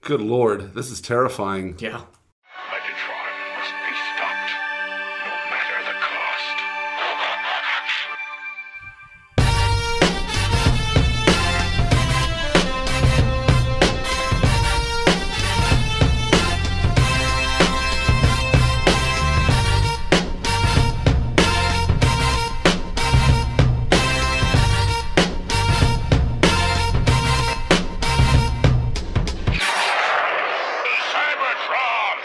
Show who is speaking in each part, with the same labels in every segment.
Speaker 1: Good lord, this is terrifying.
Speaker 2: Yeah.
Speaker 3: Megatron must be stopped, no matter the cost. Cybertron!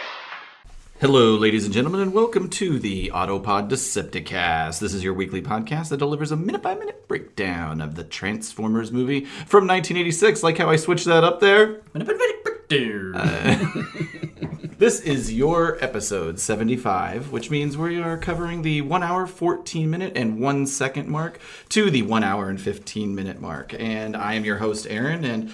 Speaker 2: Hello, ladies and gentlemen, and welcome to the Autopod Decepticast. This is your weekly podcast that delivers a minute by minute breakdown of the Transformers movie from 1986. Like how I switched that up there? Uh, This is your episode 75, which means we are covering the 1 hour 14 minute and 1 second mark to the 1 hour and 15 minute mark. And I am your host Aaron and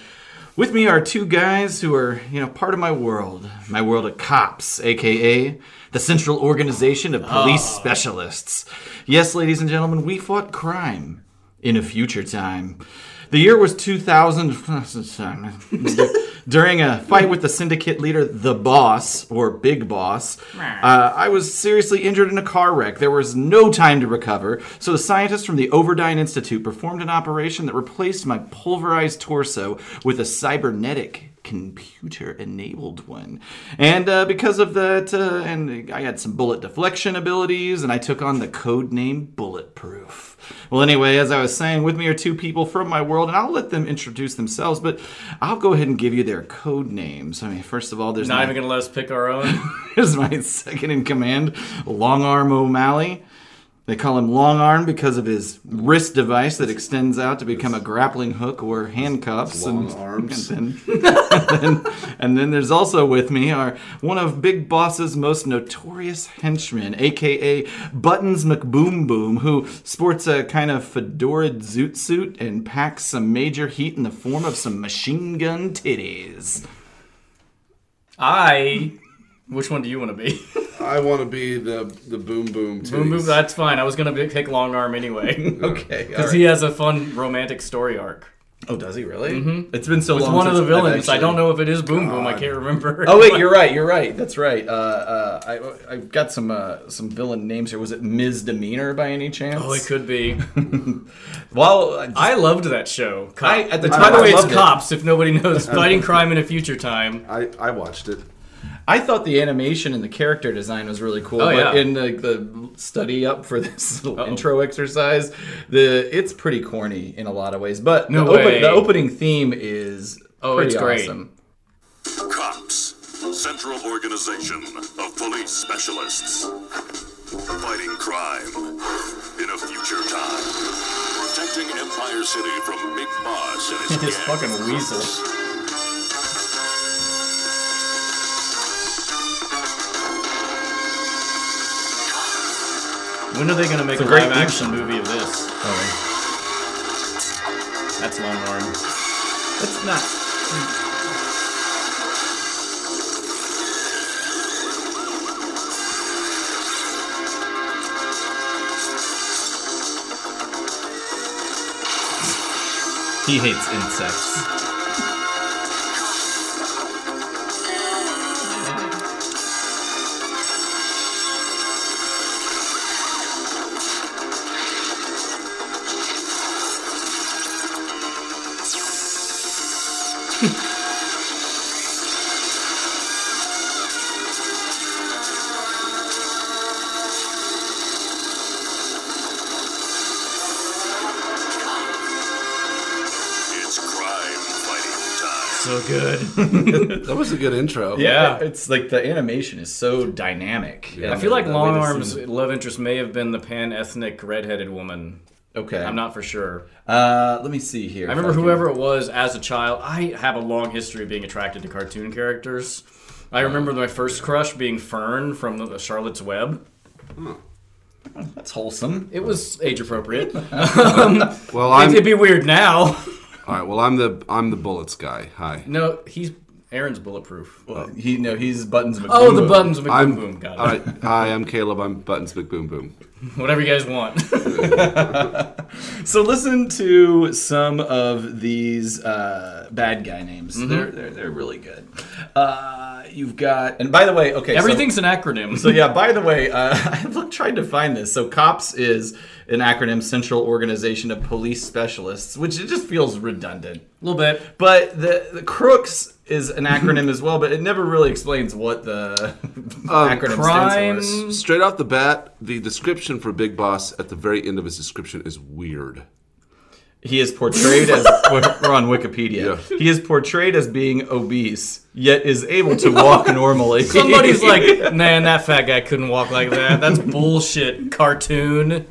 Speaker 2: with me are two guys who are, you know, part of my world, my world of cops, aka the Central Organization of Police Specialists. Yes, ladies and gentlemen, we fought crime in a future time. The year was 2000. During a fight with the syndicate leader, the boss, or Big Boss, uh, I was seriously injured in a car wreck. There was no time to recover, so the scientists from the Overdyne Institute performed an operation that replaced my pulverized torso with a cybernetic computer enabled one. And uh, because of that, uh, and I had some bullet deflection abilities, and I took on the code name Bulletproof. Well, anyway, as I was saying, with me are two people from my world, and I'll let them introduce themselves, but I'll go ahead and give you their code names. I mean, first of all, there's
Speaker 4: Not
Speaker 2: my,
Speaker 4: even gonna let us pick our own.
Speaker 2: there's my second in command, Long Arm O'Malley. They call him Long Arm because of his wrist device that extends out to become a grappling hook or handcuffs.
Speaker 1: Long
Speaker 2: and,
Speaker 1: arms.
Speaker 2: and then, and, then, and then there's also with me are one of Big Boss's most notorious henchmen, aka Buttons McBoom Boom, who sports a kind of fedora zoot suit and packs some major heat in the form of some machine gun titties.
Speaker 4: I. Which one do you want to be?
Speaker 1: I want to be the the boom boom.
Speaker 4: Boom
Speaker 1: titties.
Speaker 4: Boom. That's fine. I was gonna be- pick Long Arm anyway
Speaker 2: Okay, all
Speaker 4: because he has a fun romantic story arc.
Speaker 2: Oh, does he really? Mm-hmm. It's been so long.
Speaker 4: One of the
Speaker 2: since I've
Speaker 4: villains. I
Speaker 2: actually-
Speaker 4: don't know if it is Boom Boom. I can't remember.
Speaker 2: Oh wait, you're right. You're right. That's right. Uh, uh, I I've got some uh, some villain names here. Was it Misdemeanor by any chance?
Speaker 4: Oh, it could be.
Speaker 2: Well, I-
Speaker 4: I loved that show. Cop.
Speaker 2: I- at the
Speaker 4: By
Speaker 2: time, I
Speaker 4: way, it's
Speaker 2: loved it.
Speaker 4: cops. If nobody knows, fighting crime in a future time.
Speaker 1: I, I watched it.
Speaker 2: I thought the animation and the character design was really cool.
Speaker 4: Oh,
Speaker 2: but
Speaker 4: yeah.
Speaker 2: in the, the study up for this little intro exercise, the it's pretty corny in a lot of ways. But
Speaker 4: No
Speaker 2: the, open-
Speaker 4: way.
Speaker 2: the opening theme is
Speaker 4: Oh,
Speaker 2: pretty
Speaker 4: it's great.
Speaker 2: awesome.
Speaker 5: COPS, Central Organization of Police Specialists. Fighting crime in a future time. Protecting Empire City from Big Boss and his,
Speaker 4: His
Speaker 5: gang.
Speaker 4: fucking weasel. When are they gonna make a,
Speaker 2: great
Speaker 4: live
Speaker 2: theme
Speaker 4: action movie of this?
Speaker 2: Oh,
Speaker 4: That's long arm.
Speaker 2: That's not. He hates insects.
Speaker 5: It's crime fighting time.
Speaker 4: So good.
Speaker 1: That was a good intro.
Speaker 4: Yeah.
Speaker 2: It's like the animation is so dynamic.
Speaker 4: I feel like Long Arm's love interest may have been the pan ethnic redheaded woman.
Speaker 2: Okay.
Speaker 4: I'm not for sure.
Speaker 2: Uh, let me see here.
Speaker 4: I remember whoever it was as a child. I have a long history of being attracted to cartoon characters. I remember my first crush being Fern from the Charlotte's Web.
Speaker 2: That's wholesome.
Speaker 4: It was age appropriate.
Speaker 1: Well, I'm
Speaker 4: It'd be weird now.
Speaker 1: all right. Well, I'm the I'm the bullets guy. Hi.
Speaker 4: No, he's Aaron's bulletproof.
Speaker 6: He no, he's buttons. McBoom
Speaker 4: Oh, the
Speaker 6: Boom.
Speaker 4: buttons of boom
Speaker 1: I'm
Speaker 4: boom. Got it.
Speaker 1: All right, hi, I'm Caleb. I'm Buttons Big Boom Boom.
Speaker 4: Whatever you guys want.
Speaker 2: So listen to some of these uh, bad guy names.
Speaker 4: Mm-hmm.
Speaker 2: They're, they're they're really good. Uh, you've got and by the way, okay, so-
Speaker 4: Everything's an acronym.
Speaker 2: So yeah, by the way, uh, I've tried to find this. So COPS is an acronym, Central Organization of Police Specialists, which it just feels redundant.
Speaker 4: a little bit.
Speaker 2: But the, the Crooks is an acronym as well, but it never really explains what the acronym
Speaker 4: Um, Crime.
Speaker 2: stands for.
Speaker 1: Straight off the bat, the description for Big Boss at the very end of his description is weird.
Speaker 2: He is portrayed as we're we're on Wikipedia.
Speaker 1: Yeah.
Speaker 2: He is portrayed as being obese, yet is able to walk normally.
Speaker 4: Somebody's like, man, that fat guy couldn't walk like that. That's bullshit. Cartoon.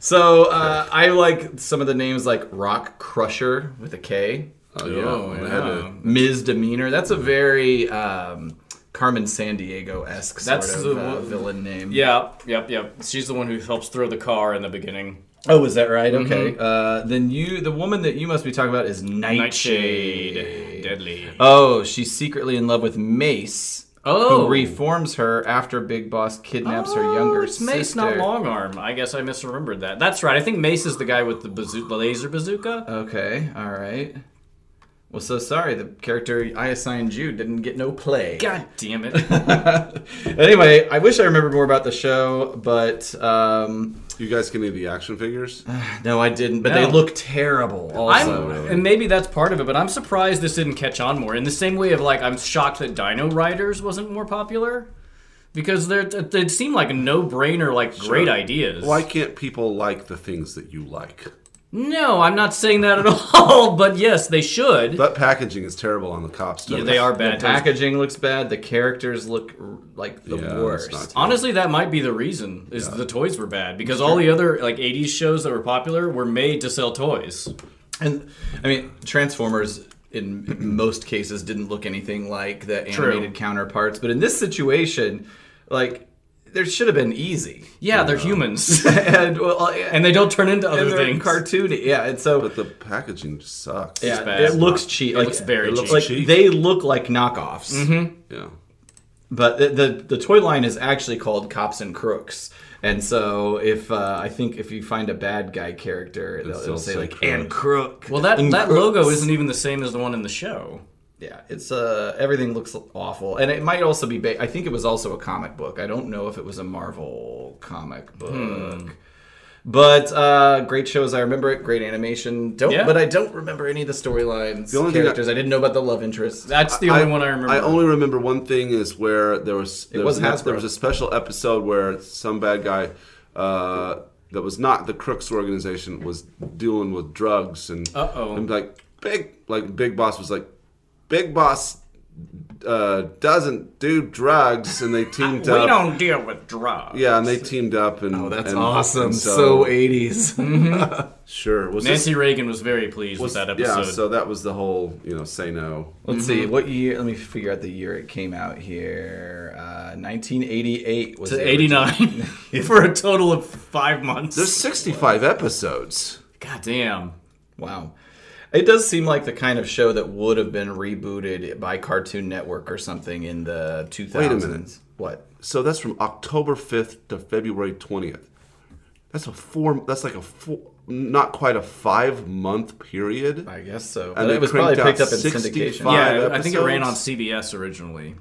Speaker 2: so. Uh, I like some of the names like Rock Crusher with a K. Uh,
Speaker 1: Oh, yeah.
Speaker 4: Oh,
Speaker 1: I had a-
Speaker 4: yeah.
Speaker 2: misdemeanor. That's a very um, Carmen San Diego esque sort
Speaker 4: That's
Speaker 2: of
Speaker 4: the
Speaker 2: uh,
Speaker 4: one-
Speaker 2: villain name.
Speaker 4: Yeah, yep, yep. She's the one who helps throw the car in the beginning.
Speaker 2: Oh, is that right? Okay.
Speaker 4: Mm-hmm.
Speaker 2: Uh, then you, the woman that you must be talking about is Nightshade.
Speaker 4: Nightshade. Deadly.
Speaker 2: Oh, she's secretly in love with Mace.
Speaker 4: Oh.
Speaker 2: Who reforms her after Big Boss kidnaps her
Speaker 4: Oh,
Speaker 2: younger
Speaker 4: it's Mace, not
Speaker 2: sister.
Speaker 4: Long Arm. I guess I misremembered that. That's right. I think Mace is the guy with the, bazoo- the laser bazooka.
Speaker 2: Okay. All right. Well, so sorry. The character I assigned you didn't get no play.
Speaker 4: God damn it.
Speaker 2: Anyway, I wish I remembered more about the show, but um,
Speaker 1: You guys get any of the action figures?
Speaker 2: No, I didn't. But
Speaker 4: No.
Speaker 2: they look terrible. Also,
Speaker 4: I'm, and maybe that's part of it, but I'm surprised this didn't catch on more. In the same way of like, I'm shocked that Dino Riders wasn't more popular because they're, they seem like no-brainer, like great ideas.
Speaker 1: Why can't people like the things that you like?
Speaker 4: No, I'm not saying that at all. But yes, they should.
Speaker 1: That packaging is terrible on the cops. too.
Speaker 4: Yeah, they are
Speaker 2: the
Speaker 4: bad. times.
Speaker 2: packaging looks bad. The characters look r- like the
Speaker 1: Yeah, it's
Speaker 2: worst.
Speaker 1: not good.
Speaker 4: Honestly, that might be the reason is the toys were bad because all the other like '80s shows that were popular were made to sell toys.
Speaker 2: and I mean, Transformers in most cases didn't look anything like the
Speaker 4: True.
Speaker 2: animated counterparts. But in this situation, like there should have been easy.
Speaker 4: Yeah, they're humans,
Speaker 2: and well, uh,
Speaker 4: and they don't turn into other
Speaker 2: and they're
Speaker 4: things.
Speaker 2: cartoony. Yeah, and so.
Speaker 1: But the packaging just sucks.
Speaker 2: yeah,
Speaker 4: bad.
Speaker 2: it looks cheap. like,
Speaker 4: looks very
Speaker 2: it
Speaker 4: cheap. Mm-hmm.
Speaker 2: Like
Speaker 1: Cheap.
Speaker 2: they look like knockoffs.
Speaker 1: Yeah.
Speaker 2: But the, the the toy line is actually called Cops and Crooks, and so if uh, I think if you find a bad guy character, they'll,
Speaker 1: still
Speaker 2: it'll say
Speaker 1: say
Speaker 2: like
Speaker 1: crook.
Speaker 2: and crook.
Speaker 4: well, that
Speaker 2: and
Speaker 4: that
Speaker 2: crooks."
Speaker 4: logo isn't even the same as the one in the show.
Speaker 2: Yeah, it's uh everything looks awful, and it might also be. Ba- I think it was also a comic book. I don't know if it was a Marvel comic book. But uh, great shows, I remember it. Great animation, don't.
Speaker 4: Yeah.
Speaker 2: But I don't remember any of the storylines,
Speaker 1: only thing
Speaker 2: characters. I didn't know about the love interest.
Speaker 4: That's the only one I remember.
Speaker 1: I only remember one thing is where there was there
Speaker 2: was
Speaker 1: an-
Speaker 2: Hasbro.
Speaker 1: there was a special episode where some bad guy uh, that was not the Crooks organization was dealing with drugs and
Speaker 4: Uh-oh.
Speaker 1: and like big like Big Boss was like Big Boss uh, doesn't do drugs and they teamed
Speaker 4: we
Speaker 1: up.
Speaker 4: don't deal with drugs.
Speaker 1: yeah, and they teamed up and
Speaker 2: Oh, that's
Speaker 1: and-
Speaker 2: awesome!
Speaker 1: and
Speaker 2: So eighties.
Speaker 1: sure was
Speaker 4: Nancy
Speaker 1: this,
Speaker 4: Reagan was very pleased with that episode.
Speaker 1: yeah so that was the whole you know say no
Speaker 2: Let's see what year. Let me figure out the year it came out here. Uh, 1988 was
Speaker 4: to
Speaker 2: the
Speaker 4: 89 for a total of five months.
Speaker 1: there's 65 episodes
Speaker 4: God damn.
Speaker 2: origi- Wow, it does seem like the kind of show that would have been rebooted by Cartoon Network or something in the 2000s.
Speaker 1: minute.
Speaker 2: What?
Speaker 1: So that's from October 5th to February 20th. That's a four. That's like a four, not quite a five month period.
Speaker 2: I guess
Speaker 1: And
Speaker 2: so. But
Speaker 1: they
Speaker 2: it was probably
Speaker 1: cranked out
Speaker 2: picked up in
Speaker 1: 65
Speaker 2: syndication.
Speaker 4: Yeah,
Speaker 1: Five
Speaker 4: I think it ran on
Speaker 1: episodes?
Speaker 4: CBS originally.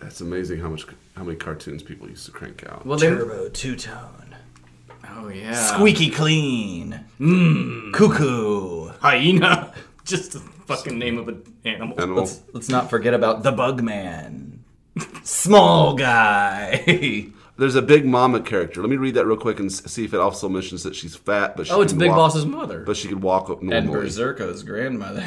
Speaker 1: That's amazing how much how many cartoons people used to crank out.
Speaker 4: Well, they,
Speaker 2: Turbo two tone,
Speaker 4: oh yeah,
Speaker 2: squeaky clean,
Speaker 1: Mm.
Speaker 2: mmm, cuckoo.
Speaker 4: hyena, just the fucking name of an animal.
Speaker 1: Animal.
Speaker 2: Let's let's not forget about the Bug Man, small guy.
Speaker 1: There's a big mama character. Let me read that real quick and s- see if it also mentions that she's fat, but she
Speaker 4: Oh, it's
Speaker 1: can
Speaker 4: Big
Speaker 1: walk-
Speaker 4: Boss's mother.
Speaker 1: But she could walk up
Speaker 2: and
Speaker 1: normally.
Speaker 2: Berserko's grandmother.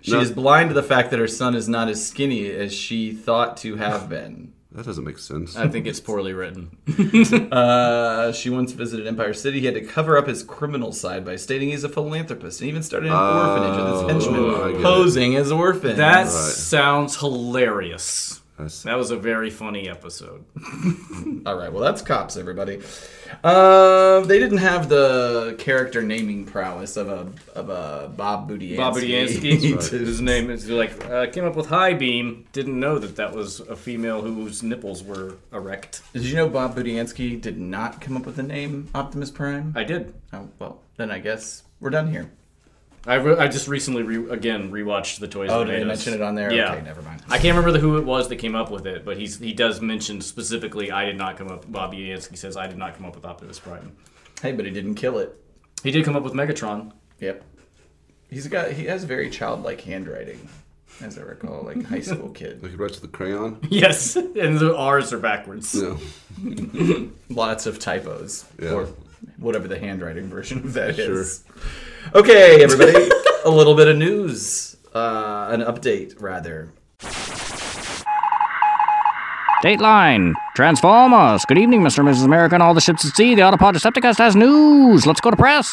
Speaker 2: she
Speaker 1: No.
Speaker 2: is blind to the fact that her son is not as skinny as she thought to have been.
Speaker 1: That doesn't make sense.
Speaker 4: I think it's poorly written.
Speaker 2: Uh, she once visited Empire City. He had to cover up his criminal side by stating he's a philanthropist and even started an orphanage with his
Speaker 1: Oh, I
Speaker 2: henchmen
Speaker 1: get it.
Speaker 2: posing as orphans.
Speaker 4: That sounds hilarious.
Speaker 1: That's-
Speaker 4: That was a very funny episode.
Speaker 2: All right, well, that's cops, everybody. Uh, they didn't have the character naming prowess of a of a Bob Budiansky.
Speaker 4: Bob Budiansky, his name is like uh, came up with high beam. Didn't know that that was a female whose nipples were erect.
Speaker 2: Did you know Bob Budiansky did not come up with the name Optimus Prime?
Speaker 4: I did.
Speaker 2: oh, well, then I guess we're done here.
Speaker 4: I, re- I just recently re- again rewatched the toys.
Speaker 2: Oh,
Speaker 4: That
Speaker 2: did
Speaker 4: Made
Speaker 2: I
Speaker 4: Us.
Speaker 2: mention it on there?
Speaker 4: Yeah.
Speaker 2: Okay, never mind.
Speaker 4: I can't remember the, who it was that came up with it, but he's he does mention specifically. I did not come up. Bob Budiansky says I did not come up with Optimus Prime.
Speaker 2: Hey, but he didn't kill it.
Speaker 4: He did come up with Megatron.
Speaker 2: Yep. He's got he has very childlike handwriting, as I recall, like high school kid.
Speaker 1: Like he writes with the crayon.
Speaker 4: Yes, and the R's are backwards.
Speaker 1: No.
Speaker 2: Lots of typos.
Speaker 1: Yeah.
Speaker 2: Or whatever the handwriting version of that is.
Speaker 1: Sure.
Speaker 2: Okay, everybody. a little bit of news. Uh, an update rather.
Speaker 7: Dateline, Transformers. Good evening, Mr. and Mrs. America, and all the ships at sea. The Autopod Decepticast has news. Let's go to press.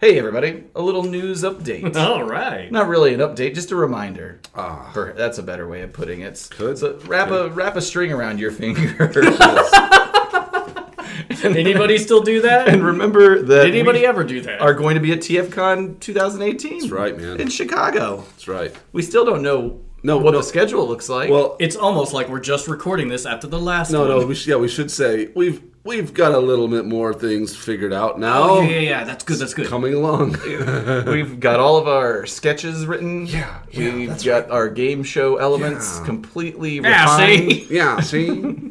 Speaker 2: Hey everybody, a little news update.
Speaker 4: All right.
Speaker 2: Not really an update, just a reminder. Per- that's a better way of putting it.
Speaker 1: Ah. Could.
Speaker 2: So wrap a wrap a string around your finger.
Speaker 4: Anybody still do that?
Speaker 2: and remember that
Speaker 4: Did anybody
Speaker 2: we
Speaker 4: ever do that?
Speaker 2: are going to be at TFCon 2018.
Speaker 1: That's right, man.
Speaker 2: In Chicago.
Speaker 1: That's right.
Speaker 2: We still don't know
Speaker 1: No,
Speaker 2: what
Speaker 1: no.
Speaker 2: the schedule looks like.
Speaker 1: Well,
Speaker 4: It's almost like we're just recording this after the last
Speaker 1: no,
Speaker 4: one.
Speaker 1: no. We should, yeah, we should say we've we've got a little bit more things figured out now.
Speaker 4: Oh, yeah, yeah, yeah. That's good. That's good.
Speaker 1: Coming along.
Speaker 2: we've got all of our sketches written.
Speaker 1: Yeah, yeah,
Speaker 2: we've
Speaker 1: that's
Speaker 2: got our game show elements
Speaker 1: Yeah.
Speaker 2: completely
Speaker 4: Yeah,
Speaker 2: refined.
Speaker 4: see?
Speaker 1: yeah. See.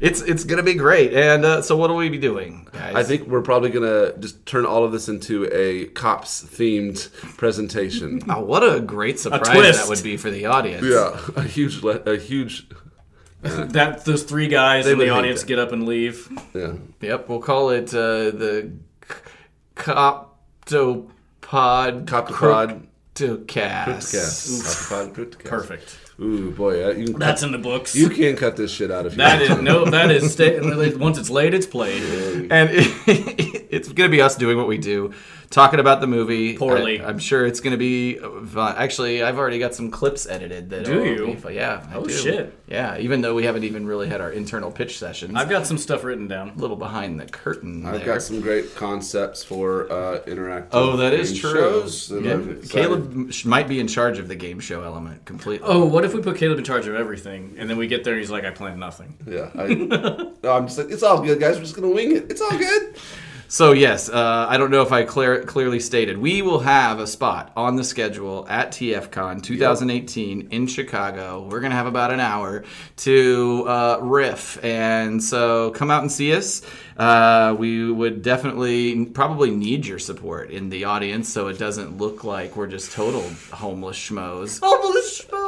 Speaker 2: It's it's gonna be great. And uh, so, what will we be doing, guys?
Speaker 1: I think we're probably gonna just turn all of this into a cops themed presentation.
Speaker 2: Oh, what a great surprise
Speaker 4: twist.
Speaker 2: that would be for the audience.
Speaker 1: yeah, a huge, le- a huge.
Speaker 4: That those three guys in
Speaker 1: would
Speaker 4: the
Speaker 1: hate
Speaker 4: audience
Speaker 1: that.
Speaker 4: get up and leave.
Speaker 1: Yeah,
Speaker 2: Yep, we'll call it uh, the c- Coptopod
Speaker 1: Coptopod.
Speaker 2: Cryptocast.
Speaker 1: Yes.
Speaker 4: Perfect.
Speaker 1: Ooh boy, uh, you can
Speaker 4: That's
Speaker 1: cut,
Speaker 4: in the books.
Speaker 1: you can cut this shit out if you
Speaker 4: that
Speaker 1: want
Speaker 4: is
Speaker 1: to.
Speaker 4: no. That is sta- once it's laid, it's played.
Speaker 2: And it, it's going to be us doing what we do, talking about the movie.
Speaker 4: Poorly.
Speaker 2: I, am sure it's going to be fun. Actually, I've already got some clips edited. That
Speaker 4: Do
Speaker 2: will
Speaker 4: you?
Speaker 2: Be, fun. yeah. I
Speaker 4: Oh,
Speaker 2: do.
Speaker 4: shit.
Speaker 2: Yeah, even though we haven't even really had our internal pitch sessions.
Speaker 4: I've got some stuff written down.
Speaker 2: a little behind the curtain
Speaker 1: I've
Speaker 2: there.
Speaker 1: got some great concepts for uh, interactive.
Speaker 2: Oh, that is
Speaker 1: game
Speaker 2: true.
Speaker 1: Shows that
Speaker 2: Yeah.
Speaker 1: I'm excited-
Speaker 2: Caleb m- sh- might be in charge of the game show element completely.
Speaker 4: Oh, what if we put Caleb in charge of everything, and then we get there and he's like, "I planned nothing."
Speaker 1: Yeah, I, no, I'm just like it's all good, guys. We're just gonna wing it. It's all good.
Speaker 2: So yes, uh, I don't know if I clear, clearly stated. We will have a spot on the schedule at TFCon 2018 in Chicago. We're gonna have about an hour to uh, riff, and so come out and see us. Uh, we would definitely probably need your support in the audience, so it doesn't look like we're just total homeless schmoes. Homeless schmoes.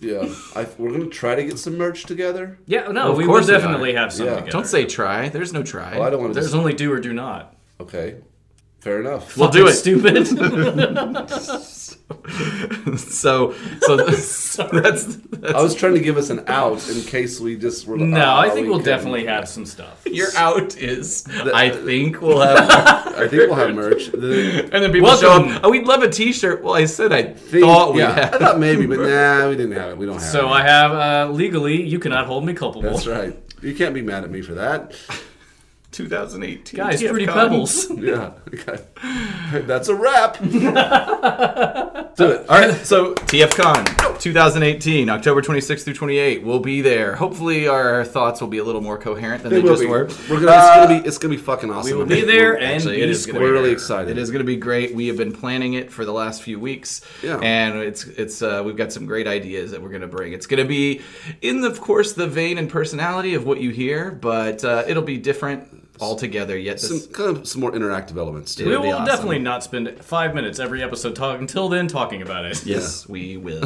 Speaker 1: Yeah, I, we're gonna try to get some merch together.
Speaker 4: Yeah, no,
Speaker 2: Of
Speaker 4: we
Speaker 2: course
Speaker 4: would
Speaker 2: we are.
Speaker 4: definitely have some.
Speaker 1: Yeah.
Speaker 4: Together.
Speaker 2: Don't say try. There's no try.
Speaker 1: Well, I don't want to.
Speaker 4: There's
Speaker 1: Just,
Speaker 4: only do or do not.
Speaker 1: okay, fair enough.
Speaker 2: we'll do it.
Speaker 4: Stupid.
Speaker 2: So so that's
Speaker 1: I was trying to give us an out in case we just were.
Speaker 4: no,
Speaker 1: ah,
Speaker 4: I think
Speaker 1: we
Speaker 4: we'll
Speaker 1: couldn't.
Speaker 4: definitely have some stuff.
Speaker 2: Your out is. I think we'll have.
Speaker 1: I think we'll have merch. The-
Speaker 2: and then people
Speaker 4: Welcome.
Speaker 2: show up. Oh, we'd love a T-shirt. Well, I said I
Speaker 1: the-
Speaker 2: thought we
Speaker 1: yeah,
Speaker 2: had.
Speaker 1: I thought maybe, but nah, we didn't have it. We don't have it.
Speaker 4: So I have uh, legally, you cannot hold me culpable.
Speaker 1: That's right. You can't be mad at me for that.
Speaker 2: 2018.
Speaker 4: Guys,
Speaker 2: TFCon.
Speaker 4: pretty pebbles.
Speaker 1: Yeah. Okay. That's a wrap. do it.
Speaker 2: All right, so TFCon 2018, October 26th through 28. We'll be there. Hopefully, our thoughts will will be a little more coherent than they,
Speaker 1: will
Speaker 2: just
Speaker 1: be.
Speaker 2: were.
Speaker 1: We're gonna, it's gonna be. It's gonna be fucking awesome.
Speaker 4: Uh,
Speaker 2: will
Speaker 4: Be there and
Speaker 2: Actually,
Speaker 4: be
Speaker 2: it is
Speaker 4: square.
Speaker 2: gonna
Speaker 1: We're
Speaker 2: be
Speaker 1: really
Speaker 2: there.
Speaker 1: excited.
Speaker 2: It is going to be great. We have been planning it for the last few weeks,
Speaker 1: Yeah.
Speaker 2: and it's it's uh, we've got some great ideas that we're going to bring. It's going to be in, the, of course, the vein and personality of what you hear, but uh, it'll be different altogether. Yet this,
Speaker 1: some kind of some more interactive elements to it.
Speaker 4: We
Speaker 2: It'll
Speaker 4: will
Speaker 2: be awesome.
Speaker 4: definitely not spend five minutes every episode talking until then talking about it.
Speaker 2: yes, we will.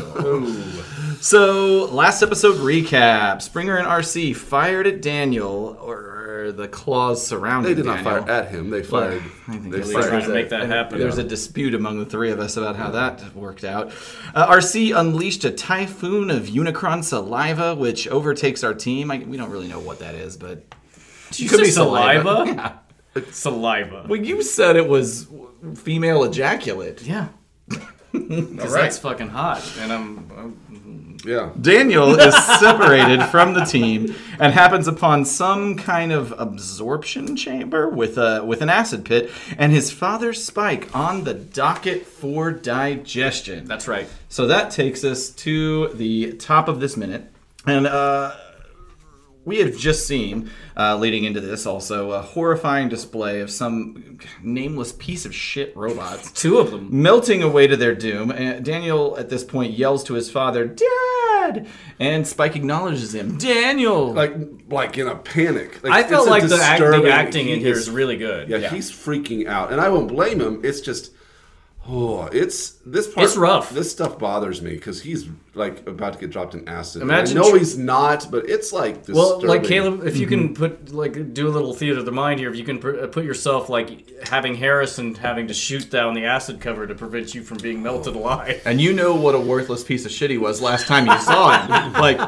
Speaker 2: so last episode recap: Springer and RC fired at Daniel, or the claws surrounding.
Speaker 1: They did not
Speaker 2: Daniel.
Speaker 1: fire at him. They fired.
Speaker 2: I think
Speaker 1: they
Speaker 2: it's
Speaker 1: fired.
Speaker 4: Trying to make that happen.
Speaker 2: There's a dispute among the three of us about how that worked out. Uh, RC unleashed a typhoon of Unicron saliva, which overtakes our team. I, we don't really know what that is, but
Speaker 4: Did you
Speaker 2: could
Speaker 4: say
Speaker 2: be saliva.
Speaker 4: saliva? Saliva.
Speaker 2: well, you said it was female ejaculate.
Speaker 4: yeah. because
Speaker 8: right.
Speaker 4: that's fucking hot. And I'm, I'm
Speaker 1: Yeah.
Speaker 2: Daniel is separated from the team and happens upon some kind of absorption chamber with a with an acid pit and his father Spike on the docket for digestion.
Speaker 4: that's right.
Speaker 2: So that takes us to the top of this minute. And uh, we have just seen, uh, leading into this also, a horrifying display of some nameless piece of shit robots
Speaker 4: Two of them.
Speaker 2: melting away to their doom. And Daniel, at this point, yells to his father, Dad! And Spike acknowledges him, Daniel!
Speaker 1: Like like in a panic.
Speaker 4: I
Speaker 1: it's
Speaker 4: felt
Speaker 1: a
Speaker 4: like the, act, the
Speaker 1: disturbing-
Speaker 4: acting in
Speaker 1: he
Speaker 4: here
Speaker 1: is-
Speaker 4: is really good.
Speaker 1: Yeah, he's freaking out, and I won't blame him. It's just, oh, it's this part.
Speaker 4: It's rough.
Speaker 1: This stuff bothers me because he's like about to get dropped in acid.
Speaker 4: Imagine
Speaker 1: I know
Speaker 4: tr-
Speaker 1: he's not, but it's like disturbing.
Speaker 4: Well, like Caleb, if you can put like do a little theater of the mind here, if you can pr- put yourself like having Harrison having to shoot down the acid cover to prevent you from being melted alive.
Speaker 2: and you know what a worthless piece of shit he was last time you saw him. like,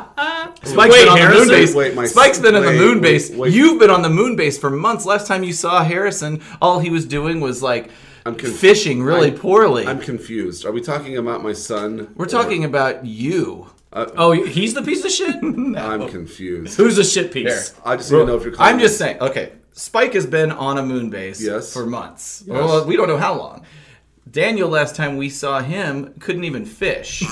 Speaker 2: Spike's
Speaker 4: Wait,
Speaker 2: been on the
Speaker 4: Harrison?
Speaker 2: moon base.
Speaker 1: Wait, my-
Speaker 2: Spike's been on the
Speaker 1: wait,
Speaker 2: moon
Speaker 1: wait,
Speaker 2: base.
Speaker 1: wait.
Speaker 2: You've been on the moon base for months. Last time you saw Harrison, all he was doing was like
Speaker 1: I'm conf-
Speaker 2: fishing really
Speaker 1: I'm-
Speaker 2: poorly.
Speaker 1: I'm confused. Are we talking about my son?
Speaker 2: We're talking about you.
Speaker 4: Oh, he's the piece of shit.
Speaker 1: I'm confused.
Speaker 4: Who's a shit piece?
Speaker 1: I just need to know if you're. Calling
Speaker 2: I'm just saying. Okay, Spike has been on a moon base
Speaker 1: Yes.
Speaker 2: for months. Well, we don't know how long. Daniel, last time we saw him, couldn't even fish,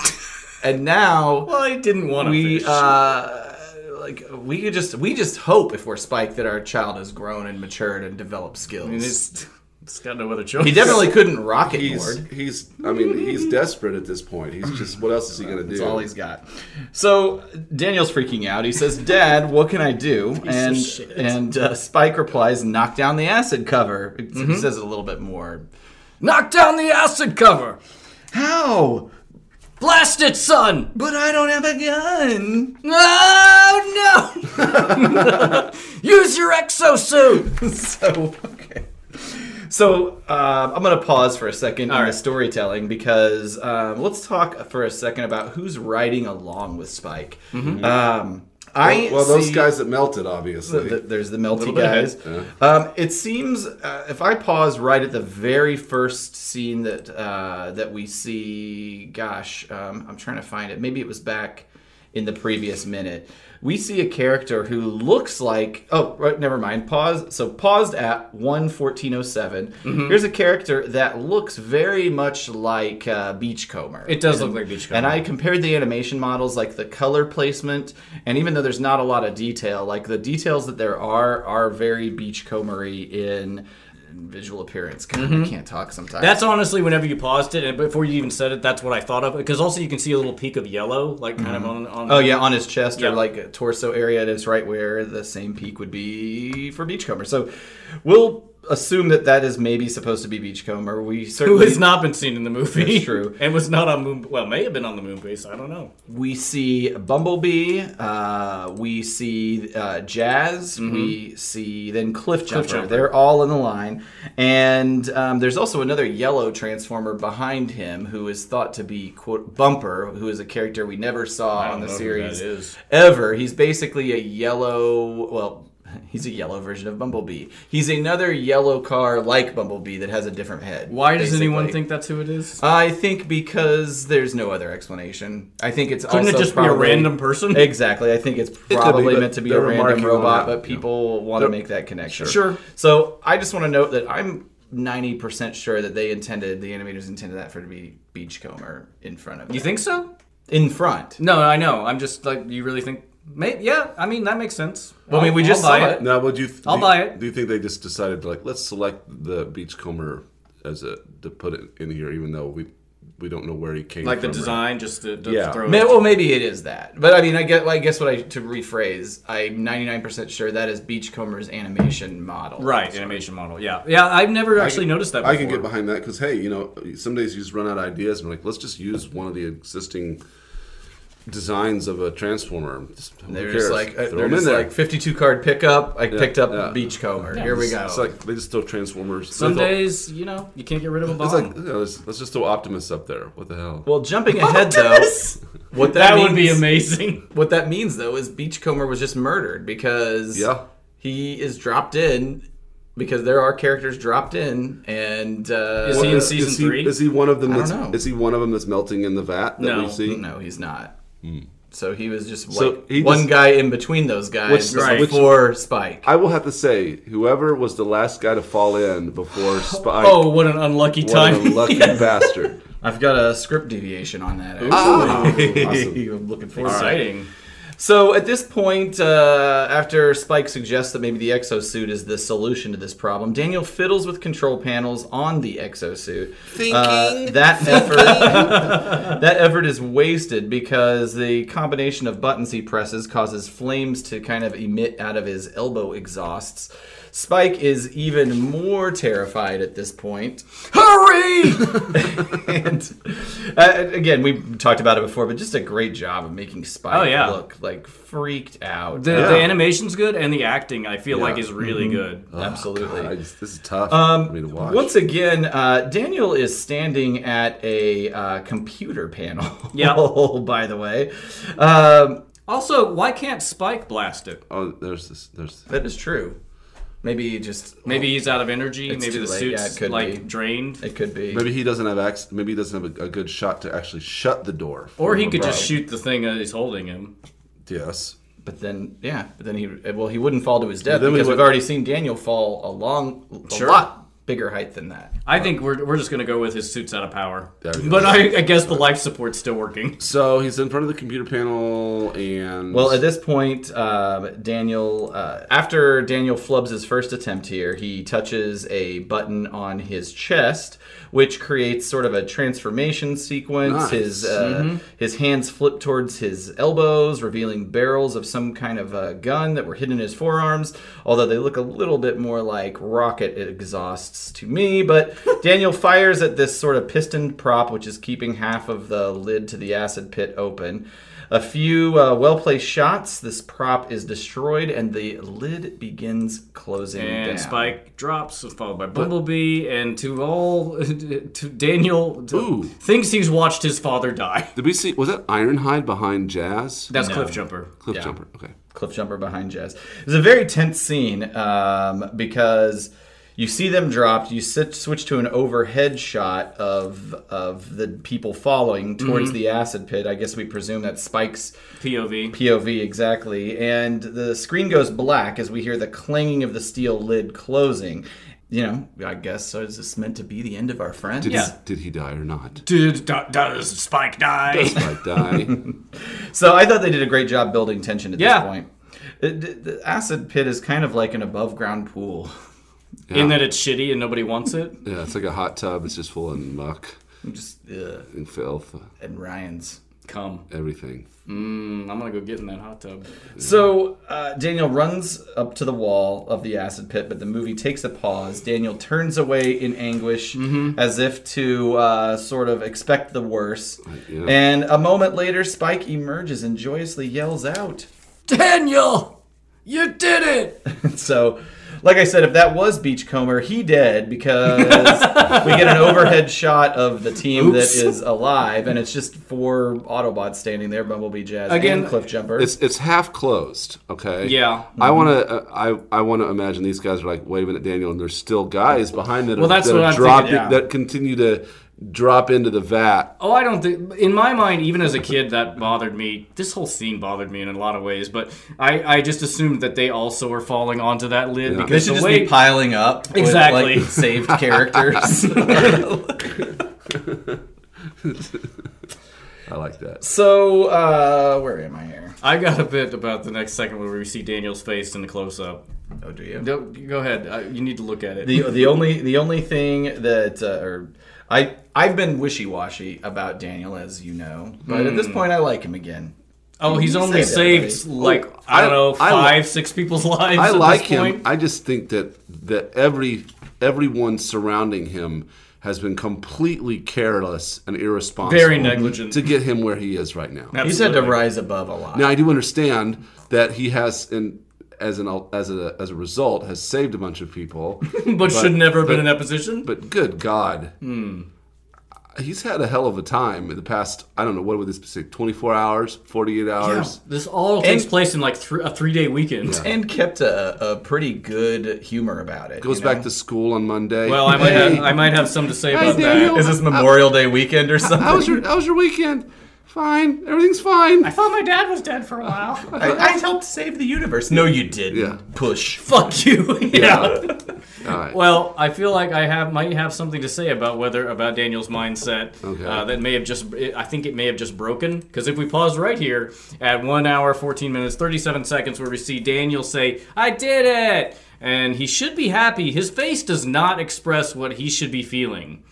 Speaker 2: and now
Speaker 4: Well, I didn't want to.
Speaker 2: we
Speaker 4: fish.
Speaker 2: uh, like we could just we just hope if we're Spike that our child has grown and matured and developed skills.
Speaker 4: And it's, it's got no other choice.
Speaker 2: he definitely couldn't rocket board.
Speaker 1: He's, he's. I mean, he's desperate at this point. He's just. What else is he gonna do?
Speaker 2: That's all he's got. So Daniel's freaking out. He says, "Dad, what can I do?" and
Speaker 4: shit.
Speaker 2: and uh, Spike replies, "Knock down the acid cover." He says it a little bit more.
Speaker 4: knocked down the acid cover.
Speaker 2: How?
Speaker 4: Blast it, son!
Speaker 2: But I don't have a gun.
Speaker 4: Oh no! Use your exosuit.
Speaker 2: So okay. So uh, I'm gonna pause for a second on
Speaker 4: right.
Speaker 2: the storytelling because um, let's talk for a second about who's riding along with Spike. Um, I
Speaker 1: well, those
Speaker 2: see-
Speaker 1: guys that melted, obviously.
Speaker 2: Th- there's the melty
Speaker 4: bit
Speaker 2: guys.
Speaker 4: ahead.
Speaker 2: Um, it seems uh, if I pause right at the very first scene that uh, that we see, gosh, um, I'm trying to find it. Maybe it was back in the previous minute. We see a character who looks like oh right, never mind. Pause. So paused at one fourteen oh seven.
Speaker 4: Mm-hmm.
Speaker 2: Here's a character that looks very much like uh, Beachcomber.
Speaker 4: It does look like beach
Speaker 2: And I compared the animation models, like the color placement, and even though there's not a lot of detail, like the details that there are are very beachcombery in visual appearance. God, I can't talk sometimes.
Speaker 4: Mm-hmm. That's honestly whenever you paused it and before you even said it, that's what I thought of. Because also you can see a little peak of yellow, like kind of on. on
Speaker 2: oh yeah, on his chest
Speaker 4: Mm-hmm. Yeah.
Speaker 2: or like a torso area is right where the same peak would be for beachcomber. So we'll assume that that is maybe supposed to be beachcomber. We
Speaker 4: Who
Speaker 2: certainly
Speaker 4: has not been seen in the movie?
Speaker 2: That's true.
Speaker 4: and was not on moon. Well, may have been on the moon base. I don't know.
Speaker 2: we see Bumblebee, uh, we see uh, Jazz, we see then Cliff Jumper.
Speaker 4: Mm-hmm. Jumper.
Speaker 2: They're all in the line, and um, there's also another yellow transformer behind him who is thought to be quote Bumper, who is a character we never saw
Speaker 4: don't
Speaker 2: on the
Speaker 4: know who
Speaker 2: series
Speaker 4: that is.
Speaker 2: ever. He's basically a yellow. Well. He's a yellow version of Bumblebee. He's another yellow car like Bumblebee that has a different head.
Speaker 4: Why does anyone
Speaker 2: basically.
Speaker 4: think that's who it is?
Speaker 2: I think because there's no other explanation. I think it's
Speaker 4: Couldn't it
Speaker 2: also
Speaker 4: just be a
Speaker 2: probably-
Speaker 4: random person?
Speaker 2: Exactly. I think it's
Speaker 1: be,
Speaker 2: probably
Speaker 1: but
Speaker 2: meant to be a
Speaker 1: they're
Speaker 2: random
Speaker 1: remarking on
Speaker 2: robot,
Speaker 1: that,
Speaker 2: but people want to make that connection.
Speaker 4: Sure.
Speaker 2: So I just want to note that I'm 90% sure that they intended the animators intended that for it to be Beachcomber in front of
Speaker 4: You
Speaker 2: it.
Speaker 4: think so?
Speaker 2: in front.
Speaker 4: No, I know. I'm just like, you really think? May, yeah, I mean that makes sense.
Speaker 2: Well, I mean, we just
Speaker 4: buy
Speaker 2: saw it.
Speaker 1: Now, would you? Th-
Speaker 4: I'll
Speaker 1: do,
Speaker 4: buy it.
Speaker 1: Do you think they just decided like let's select the beachcomber as a to put it in here, even though we we don't know where he came
Speaker 4: Like the
Speaker 1: from?
Speaker 4: design, just to, to
Speaker 1: Yeah.
Speaker 4: throw.
Speaker 2: May-
Speaker 4: it.
Speaker 2: well, maybe it is that, but I mean, I guess, I guess what I to rephrase, I'm 99% sure that is Beachcomber's animation model.
Speaker 4: Right, animation model. Yeah, yeah. I've never actually noticed that. Before.
Speaker 1: I can get behind that because hey, you know, some days you just run out of ideas and you're like let's just use one of the existing designs of a transformer. Just, who
Speaker 2: They're
Speaker 1: cares?
Speaker 2: just like
Speaker 1: Throw
Speaker 2: uh, they're
Speaker 1: 'em
Speaker 2: just
Speaker 1: in there.
Speaker 2: like 52 card pickup. I picked up
Speaker 1: yeah.
Speaker 2: Beachcomber. Here we go.
Speaker 1: It's like they just throw transformers.
Speaker 4: Some
Speaker 1: They throw-
Speaker 4: days, you know, you can't get rid of a bomb.
Speaker 1: It's like you know, let's, let's just throw Optimus up there. What the hell?
Speaker 2: well, jumping ahead though, what that,
Speaker 4: that would be
Speaker 2: means-
Speaker 4: amazing.
Speaker 2: What that means though is Beachcomber was just murdered because
Speaker 1: Yeah.
Speaker 2: he is dropped in because there are characters dropped in, and uh,
Speaker 4: Is he in
Speaker 1: Is-
Speaker 4: season
Speaker 1: is he,
Speaker 4: three?
Speaker 1: Is he one of them?
Speaker 2: I don't
Speaker 1: That's,
Speaker 2: know.
Speaker 1: Is he one of them that's melting in the vat that
Speaker 4: No.
Speaker 1: we see?
Speaker 2: no, he's not. So he was just like
Speaker 1: Hmm. So he
Speaker 2: one
Speaker 1: just-
Speaker 2: guy in between those guys
Speaker 1: Which-
Speaker 4: Right.
Speaker 2: before Spike.
Speaker 1: I will have to say, whoever was the last guy to fall in before Spike,
Speaker 4: oh, what an unlucky
Speaker 1: what a
Speaker 4: time.
Speaker 1: lucky bastard!
Speaker 2: I've got a script deviation on that. Actually.
Speaker 1: Ah.
Speaker 2: I'm looking for it.
Speaker 4: Exciting.
Speaker 2: So at this point, uh, after Spike suggests that maybe the exosuit is the solution to this problem, Daniel fiddles with control panels on the exosuit. Thinking that effort, that effort is wasted because the combination of buttons he presses causes flames to kind of emit out of his elbow exhausts. Spike is even more terrified at this point. Hurry! and uh, again, we talked about it before, but just a great job of making Spike
Speaker 4: Oh, yeah.
Speaker 2: look like freaked out.
Speaker 4: The,
Speaker 1: Yeah.
Speaker 4: the animation's good and the acting I feel like is really good.
Speaker 1: Mm-hmm.
Speaker 2: Absolutely.
Speaker 1: I just, this is tough
Speaker 4: Um,
Speaker 1: for me to watch.
Speaker 2: Once again, uh, Daniel is standing at a uh, computer panel. Oh,
Speaker 4: Yeah.
Speaker 2: by the way, um,
Speaker 4: Also, why can't Spike blast it?
Speaker 1: oh, there's this. There's
Speaker 2: that is true. Maybe he just
Speaker 4: Maybe he's out of energy.
Speaker 2: It's
Speaker 4: Maybe
Speaker 2: too
Speaker 4: the
Speaker 2: late. Yeah, it
Speaker 4: suit's
Speaker 2: could
Speaker 4: like
Speaker 2: be.
Speaker 4: drained.
Speaker 2: it could be.
Speaker 1: maybe he doesn't have access. Maybe he doesn't have a, a good shot to actually shut the door.
Speaker 4: Or he
Speaker 1: from
Speaker 4: could just
Speaker 1: above.
Speaker 4: shoot the thing that is holding him.
Speaker 1: Yes.
Speaker 2: But then, yeah, but then he well, he wouldn't fall to his death
Speaker 1: Then we
Speaker 2: because we've
Speaker 1: would-
Speaker 2: already seen Daniel fall a long, a
Speaker 4: Sure.
Speaker 2: lot bigger height than that.
Speaker 4: I think we're, we're just gonna go with his suit's out of power.
Speaker 1: There we go.
Speaker 4: But I, I guess the life support's still working.
Speaker 1: So he's in front of the computer panel, and
Speaker 2: Well, at this point, um, Daniel, uh, after Daniel flubs his first attempt here, he touches a button on his chest, which creates sort of a transformation sequence.
Speaker 1: Nice.
Speaker 2: His uh,
Speaker 4: Mm-hmm.
Speaker 2: his hands flip towards his elbows, revealing barrels of some kind of uh, gun that were hidden in his forearms. Although they look a little bit more like rocket exhausts to me, but Daniel fires at this sort of piston prop, which is keeping half of the lid to the acid pit open. A few uh, well placed shots. This prop is destroyed, and the lid begins closing
Speaker 4: And
Speaker 2: down.
Speaker 4: Spike drops, followed by Bumblebee, and to all to Daniel to-
Speaker 1: Ooh.
Speaker 4: thinks he's watched his father die.
Speaker 1: did we see? Was that Ironhide behind Jazz?
Speaker 4: That's Cliff Jumper.
Speaker 1: Cliff Jumper. Okay.
Speaker 2: cliff jumper behind Jazz. It was a very tense scene um, because you see them dropped. You sit, switch to an overhead shot of of the people following towards the acid pit. I guess we presume that Spike's
Speaker 4: POV.
Speaker 2: POV exactly, and the screen goes black as we hear the clanging of the steel lid closing. You know, I guess so. Is this meant to be the end of our friends?
Speaker 1: Did,
Speaker 4: Yeah.
Speaker 1: he, did he die or not?
Speaker 4: Did do- does Spike die?
Speaker 1: Spike die.
Speaker 2: So I thought they did a great job building tension at
Speaker 4: Yeah.
Speaker 2: this point. It- it- the acid pit is kind of like an above ground pool.
Speaker 4: In that it's shitty and nobody wants it.
Speaker 1: Yeah, it's like a hot tub. It's just full of muck
Speaker 2: Just ugh.
Speaker 1: and filth,
Speaker 2: and Ryan's.
Speaker 4: Come,
Speaker 1: everything.
Speaker 4: Mm, I'm gonna go get in that hot tub.
Speaker 2: So uh, Daniel runs up to the wall of the acid pit, but the movie takes a pause. Daniel turns away in anguish, as if to uh, sort of expect the worst.
Speaker 1: yeah.
Speaker 2: And a moment later, Spike emerges and joyously yells out.
Speaker 4: Daniel, you did it.
Speaker 2: So, like I said, if that was Beachcomber, he dead because we get an overhead shot of the team that is alive, and it's just four Autobots standing there: Bumblebee, Jazz,
Speaker 4: Again,
Speaker 2: and Cliff Jumper.
Speaker 1: It's it's half closed. Okay.
Speaker 4: Yeah.
Speaker 1: I want to uh, I I want to imagine these guys are like waving at Daniel, and there's still guys behind that.
Speaker 4: Well,
Speaker 1: are,
Speaker 4: that's
Speaker 1: that
Speaker 4: what
Speaker 1: are
Speaker 4: I'm thinking,
Speaker 1: dropping,
Speaker 4: yeah.
Speaker 1: That continue to drop into the vat.
Speaker 4: Oh, I don't think. In my mind, even as a kid, that bothered me. This whole scene bothered me in a lot of ways, but I, I just assumed that they also were falling onto that lid
Speaker 2: They
Speaker 4: because
Speaker 2: should
Speaker 4: the
Speaker 2: just
Speaker 4: way
Speaker 2: be piling up with,
Speaker 4: Exactly.
Speaker 2: like, saved characters.
Speaker 1: I like that.
Speaker 2: so, uh, where am I here?
Speaker 4: I got a bit about the next second where we see Daniel's face in the close up.
Speaker 2: Oh, do you?
Speaker 4: Go ahead. Uh, you need to look at it.
Speaker 2: the the only the only thing that uh, or I I've been wishy washy about Daniel, as you know, but at this point, I like him again.
Speaker 4: oh, he's
Speaker 2: you
Speaker 4: only
Speaker 2: saved
Speaker 4: saved like
Speaker 1: Oh, I-
Speaker 4: I don't know
Speaker 1: I
Speaker 4: five,
Speaker 1: li-
Speaker 4: six people's lives.
Speaker 1: I
Speaker 4: at
Speaker 1: like
Speaker 4: this
Speaker 1: him.
Speaker 4: Point.
Speaker 1: I just think that that every everyone surrounding him has been completely careless and irresponsible.
Speaker 4: Very negligent.
Speaker 1: to get him where he is right now.
Speaker 2: He's had to rise above a lot.
Speaker 1: Now I do understand that he has in as an as a as a result has saved a bunch of people,
Speaker 4: but, should never have been in that position.
Speaker 1: but good God, he's had a hell of a time in the past. I don't know what would this be say, 24 hours, 48 hours.
Speaker 4: This all takes
Speaker 2: And-
Speaker 4: place in like thr a three day weekend.
Speaker 2: and kept a, a pretty good humor about it.
Speaker 1: Goes
Speaker 2: you know?
Speaker 1: back to school on Monday.
Speaker 4: Well, I might
Speaker 1: Hey,
Speaker 4: have, I might have some to say
Speaker 1: Hey,
Speaker 4: about
Speaker 1: Daniel.
Speaker 4: that.
Speaker 2: Is this Memorial Day weekend or something?
Speaker 1: how was your how was your weekend? Fine, everything's fine.
Speaker 4: I thought my dad was dead for a while.
Speaker 2: I, I helped save the universe. No, you didn't.
Speaker 1: Yeah.
Speaker 2: Push.
Speaker 4: Fuck you. yeah.
Speaker 1: All right.
Speaker 4: Well, I feel like I have might have something to say about whether about Daniel's mindset
Speaker 1: Okay.
Speaker 4: uh, that may have just I think it may have just broken because if we pause right here at one hour fourteen minutes thirty seven seconds where we see Daniel say I did it and he should be happy his face does not express what he should be feeling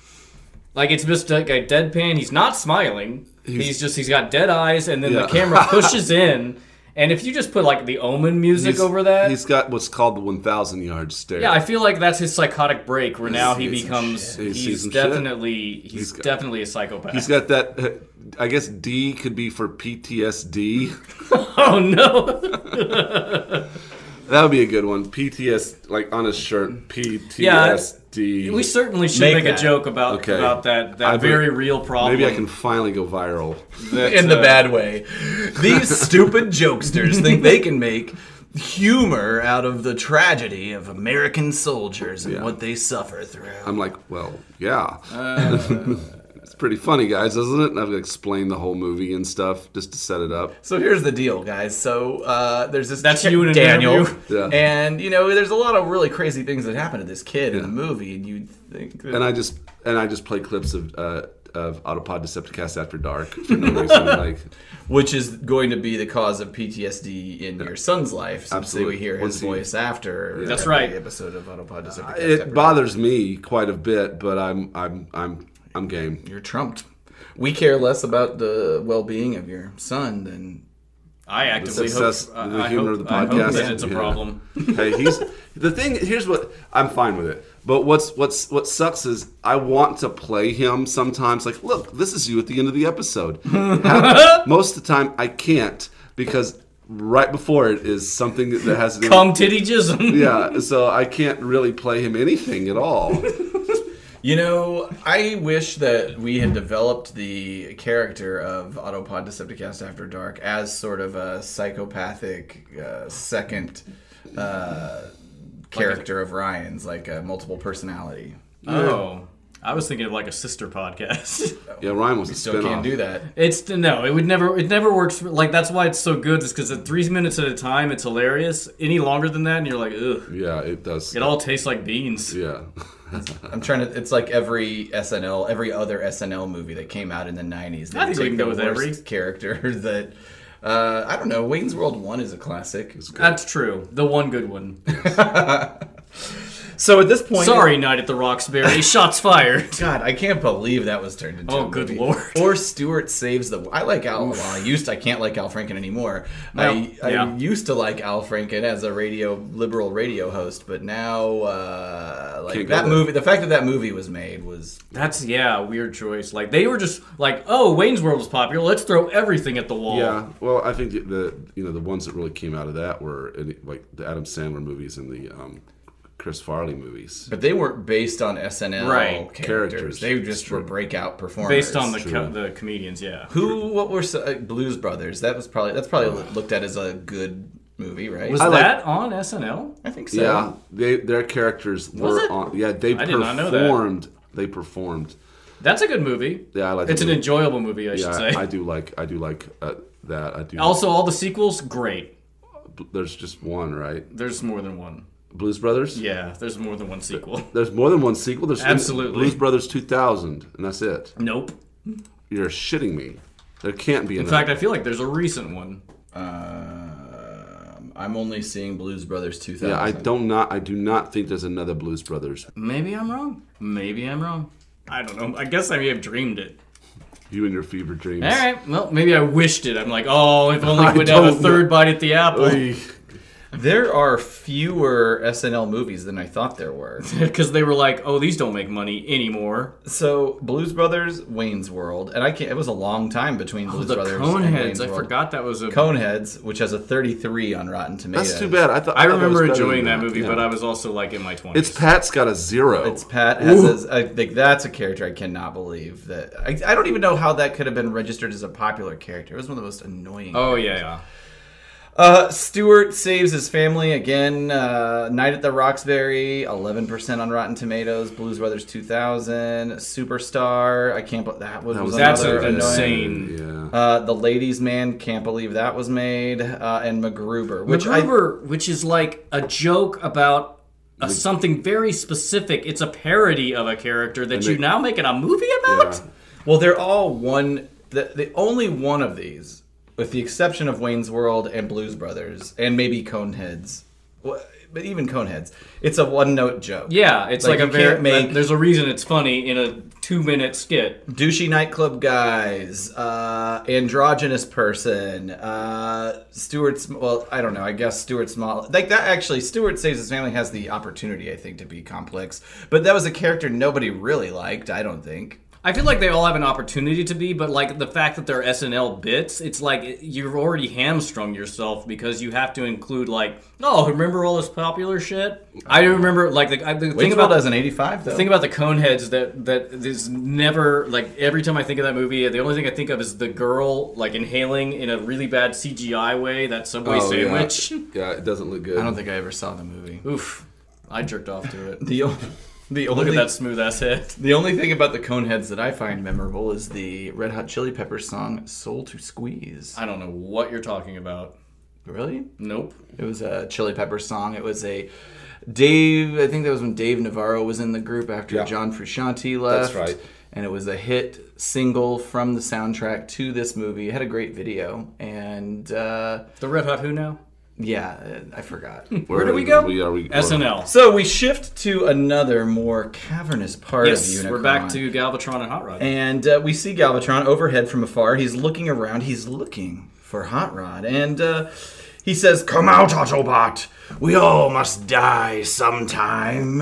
Speaker 4: like it's just like a deadpan he's not smiling he's, just he's got dead eyes and then
Speaker 1: Yeah.
Speaker 4: the camera pushes in and if you just put like the Omen music
Speaker 1: He's-
Speaker 4: over that
Speaker 1: He's got what's called the 1,000 yard stare.
Speaker 4: yeah, I feel like that's his psychotic break, where now he
Speaker 1: he's some
Speaker 4: becomes
Speaker 1: shit. He's-
Speaker 4: he's,
Speaker 1: he's some shit.
Speaker 4: definitely he's,
Speaker 1: He's got-
Speaker 4: definitely a psychopath.
Speaker 1: he's got that. uh, I guess D could be for PTSD.
Speaker 4: oh no!
Speaker 1: That would be a good one. PTS, like on his shirt. PTSD.
Speaker 4: we certainly should
Speaker 2: Make
Speaker 4: make,
Speaker 2: that.
Speaker 4: a joke about
Speaker 1: Okay.
Speaker 4: about that that
Speaker 1: I be-
Speaker 4: very real problem.
Speaker 1: Maybe I can finally go viral.
Speaker 2: In the
Speaker 4: uh,
Speaker 2: bad way. These stupid jokesters think they can make humor out of the tragedy of American soldiers and
Speaker 1: Yeah. Um,
Speaker 2: what they suffer through.
Speaker 1: I'm like, well, yeah. it's pretty funny, guys, isn't it? And I've explained the whole movie and stuff just to set it up.
Speaker 2: So here's the deal, guys. So uh, there's this
Speaker 4: That's
Speaker 2: kid,
Speaker 4: you in an
Speaker 2: Daniel,
Speaker 4: interview.
Speaker 1: Yeah.
Speaker 2: and you know there's a lot of really crazy things that happen to this kid in the movie, and you think that
Speaker 1: And I just and I just play clips of uh, of Autopod Decepticast After Dark for no reason. like,
Speaker 2: which is going to be the cause of PTSD in your son's life. Since
Speaker 1: Absolutely.
Speaker 2: we hear
Speaker 1: Once
Speaker 2: his
Speaker 1: he- Uh,
Speaker 2: voice after
Speaker 4: That's
Speaker 2: every
Speaker 4: right.
Speaker 2: episode of Autopod Decepticon.
Speaker 1: it bothers me quite a bit, but I'm I'm I'm I'm game.
Speaker 2: You're trumped. We care less about the well-being of your son than
Speaker 4: I actively
Speaker 1: success-
Speaker 4: hope
Speaker 1: the
Speaker 4: I- I
Speaker 1: humor
Speaker 4: hope-
Speaker 1: of the
Speaker 4: I hope
Speaker 1: podcast.
Speaker 4: that it's a
Speaker 1: Yeah.
Speaker 4: problem.
Speaker 1: hey, he's the thing. Here's what I'm fine with it. But what's what's what sucks is I want to play him sometimes. Like, look, this is you at the end of the episode. Have- most of the time, I can't because right before it is something that has to do.
Speaker 4: Come titty jism.
Speaker 1: yeah, so I can't really play him anything at all.
Speaker 2: You know, I wish that we had developed the character of Autopod Decepticast After Dark as sort of a psychopathic uh, second uh, character of Ryan's, like a multiple personality.
Speaker 4: Oh, I was thinking of like a sister podcast.
Speaker 1: Yeah, Ryan was a
Speaker 2: Still can't
Speaker 1: spinoff.
Speaker 2: do that.
Speaker 4: It's no, it would never. It never works. For, like that's why it's so good. Is because at three minutes at a time, it's hilarious. Any longer than that, and you're like, ugh.
Speaker 1: Yeah, it does.
Speaker 4: It all tastes like beans.
Speaker 1: yeah,
Speaker 2: I'm trying to. It's like every SNL, every other SNL movie that came out in the '90s. They
Speaker 4: I think we
Speaker 2: take
Speaker 4: can go
Speaker 2: the
Speaker 4: with
Speaker 2: worst
Speaker 4: every.
Speaker 2: character that. Uh, I don't know. Wayne's World One is a classic.
Speaker 4: That's true. The one good one.
Speaker 2: So at this point,
Speaker 4: Sorry, Night at the Roxbury. Shots fired.
Speaker 2: God, I can't believe that was turned into.
Speaker 4: Oh,
Speaker 2: a
Speaker 4: good
Speaker 2: movie.
Speaker 4: lord.
Speaker 2: Or Stewart saves the. I like Al. Well, I used. To, I can't like Al Franken anymore. I, I
Speaker 4: yeah.
Speaker 2: used to like Al Franken as a radio liberal radio host, but now uh, like
Speaker 1: Can't go
Speaker 2: that
Speaker 1: there.
Speaker 2: movie. The fact that that movie was made was
Speaker 4: That's yeah, a weird choice. Like they were just like, oh, Wayne's World was popular. Let's throw everything at the wall.
Speaker 1: yeah. Well, I think that the you know the ones that really came out of that were any- like the Adam Sandler movies and the um, Chris Farley movies.
Speaker 2: But they weren't based on SNL
Speaker 4: Right.
Speaker 2: characters.
Speaker 1: Characters.
Speaker 2: They just were breakout performers.
Speaker 4: Based on the co- the comedians, yeah.
Speaker 2: who? What were so, uh, Blues Brothers? That was probably that's probably looked at as a good movie, right?
Speaker 4: Was
Speaker 1: I like-
Speaker 4: that on SNL?
Speaker 2: I think so.
Speaker 1: Yeah, they their characters were
Speaker 4: it?
Speaker 1: on. Yeah, they
Speaker 4: I did not know that.
Speaker 1: performed. They performed.
Speaker 4: That's a good movie.
Speaker 1: Yeah, I like.
Speaker 4: It's
Speaker 1: the
Speaker 4: an
Speaker 1: movie.
Speaker 4: enjoyable movie, I
Speaker 1: Yeah,
Speaker 4: should
Speaker 1: I,
Speaker 4: say.
Speaker 1: I do like. I do like uh, that. I do.
Speaker 4: also, all the sequels, great.
Speaker 1: there's just one, right?
Speaker 4: There's more than one.
Speaker 1: Blues Brothers.
Speaker 4: Yeah, there's more than one sequel.
Speaker 1: There's more than one sequel. There's
Speaker 4: Absolutely.
Speaker 1: Blues Brothers 2000, and that's it.
Speaker 4: nope.
Speaker 1: You're shitting me. There can't be
Speaker 4: In
Speaker 1: another.
Speaker 4: fact, I feel like there's a recent one.
Speaker 2: Um, I'm only seeing Blues Brothers 2000.
Speaker 1: yeah, I don't not. I do not think there's another Blues Brothers.
Speaker 4: Maybe I'm wrong. Maybe I'm wrong. I don't know. I guess I may have dreamed it.
Speaker 1: You and your fever dreams.
Speaker 4: All right. Well, maybe I wished it. I'm like, oh, if only
Speaker 1: I
Speaker 4: we'd have a
Speaker 1: don't know.
Speaker 4: third bite at the apple.
Speaker 1: Oy.
Speaker 2: There are fewer SNL movies than I thought there were.
Speaker 4: Because they were like, oh, these don't make money anymore.
Speaker 2: So Blues Brothers, Wayne's World, and I can't. It was a long time between Blues
Speaker 4: Oh, the
Speaker 2: Brothers and Wayne's
Speaker 4: Coneheads. I
Speaker 2: World.
Speaker 4: forgot that was a.
Speaker 2: Coneheads, which has a 33 on Rotten Tomatoes.
Speaker 1: That's too bad. I thought
Speaker 4: I
Speaker 1: thought that was
Speaker 4: remember
Speaker 1: better
Speaker 4: enjoying
Speaker 1: than
Speaker 4: that movie, but I was also like in my 20s.
Speaker 1: It's Pat's got a zero.
Speaker 2: It's Pat has. A, I think that's a character I cannot believe that. I, I don't even know how that could have been registered as a popular character. It was one of the most annoying.
Speaker 4: oh, yeah, yeah.
Speaker 2: Uh, Stewart saves his family again. Uh, Night at the Roxbury, eleven percent on Rotten Tomatoes. Blues Brothers two thousand. Superstar. I can't. bel- That was,
Speaker 1: That was
Speaker 4: That's
Speaker 2: another
Speaker 4: an
Speaker 1: another
Speaker 2: annoying.
Speaker 4: insane.
Speaker 1: yeah.
Speaker 2: Uh, the Ladies Man. Can't believe that was made. Uh, and MacGruber, which
Speaker 4: MacGruber, which is like a joke about a, something very specific. It's a parody of a character that you
Speaker 1: they-
Speaker 4: now making a movie about?
Speaker 1: Yeah.
Speaker 2: I well, they're all one. The, the only one of these, with the exception of Wayne's World and Blues Brothers, and maybe Coneheads. Well, but even Coneheads, it's a one-note joke.
Speaker 4: Yeah, it's
Speaker 2: Like,
Speaker 4: like, a
Speaker 2: you
Speaker 4: very.
Speaker 2: can't make-
Speaker 4: There's a reason it's funny in a two minute skit.
Speaker 2: douchey nightclub guys, uh, androgynous person, uh, Stuart. Sm- Well, I don't know. I guess Stuart Small. Like that actually, Stuart saves his family has the opportunity, I think, to be complex. But that was a character nobody really liked. I don't think.
Speaker 4: I feel like they all have an opportunity to be, but like the fact that they're SNL bits, it's like you've already hamstrung yourself because you have to include like, oh, remember all this popular shit? I remember like the, I- the thing
Speaker 2: Wayne's
Speaker 4: about
Speaker 2: World has an eighty-five though.
Speaker 4: The thing about the Coneheads that that is never like every time I think of that movie, the only thing I think of is the girl like inhaling in a really bad CGI way that subway
Speaker 1: Oh, yeah.
Speaker 4: sandwich.
Speaker 1: Yeah, it doesn't look good.
Speaker 2: I don't think I ever saw the movie.
Speaker 4: Oof, I jerked off to it.
Speaker 2: The o- the
Speaker 4: Look
Speaker 2: only
Speaker 4: at that smooth ass head.
Speaker 2: the only thing about the Coneheads that I find memorable is the Red Hot Chili Peppers song "Soul to Squeeze."
Speaker 4: I don't know what you're talking about.
Speaker 2: Really?
Speaker 4: Nope.
Speaker 2: It was a Chili Pepper song. It was a Dave. I think that was when Dave Navarro was in the group after
Speaker 1: Yeah.
Speaker 2: John Frusciante left.
Speaker 1: right.
Speaker 2: And it was a hit single from the soundtrack to this movie. It had a great video, and uh,
Speaker 4: The Red Hot Who now?
Speaker 2: yeah, I forgot.
Speaker 1: Where,
Speaker 4: do we go?
Speaker 1: We, are we,
Speaker 4: SNL.
Speaker 2: so we shift to another more cavernous part of
Speaker 4: Yes,
Speaker 2: Unicron.
Speaker 4: we're back to Galvatron and Hot Rod.
Speaker 2: And uh, we see Galvatron overhead from afar. He's looking around. He's looking for Hot Rod. And uh, he says, Come out, Autobot! We all must die sometime.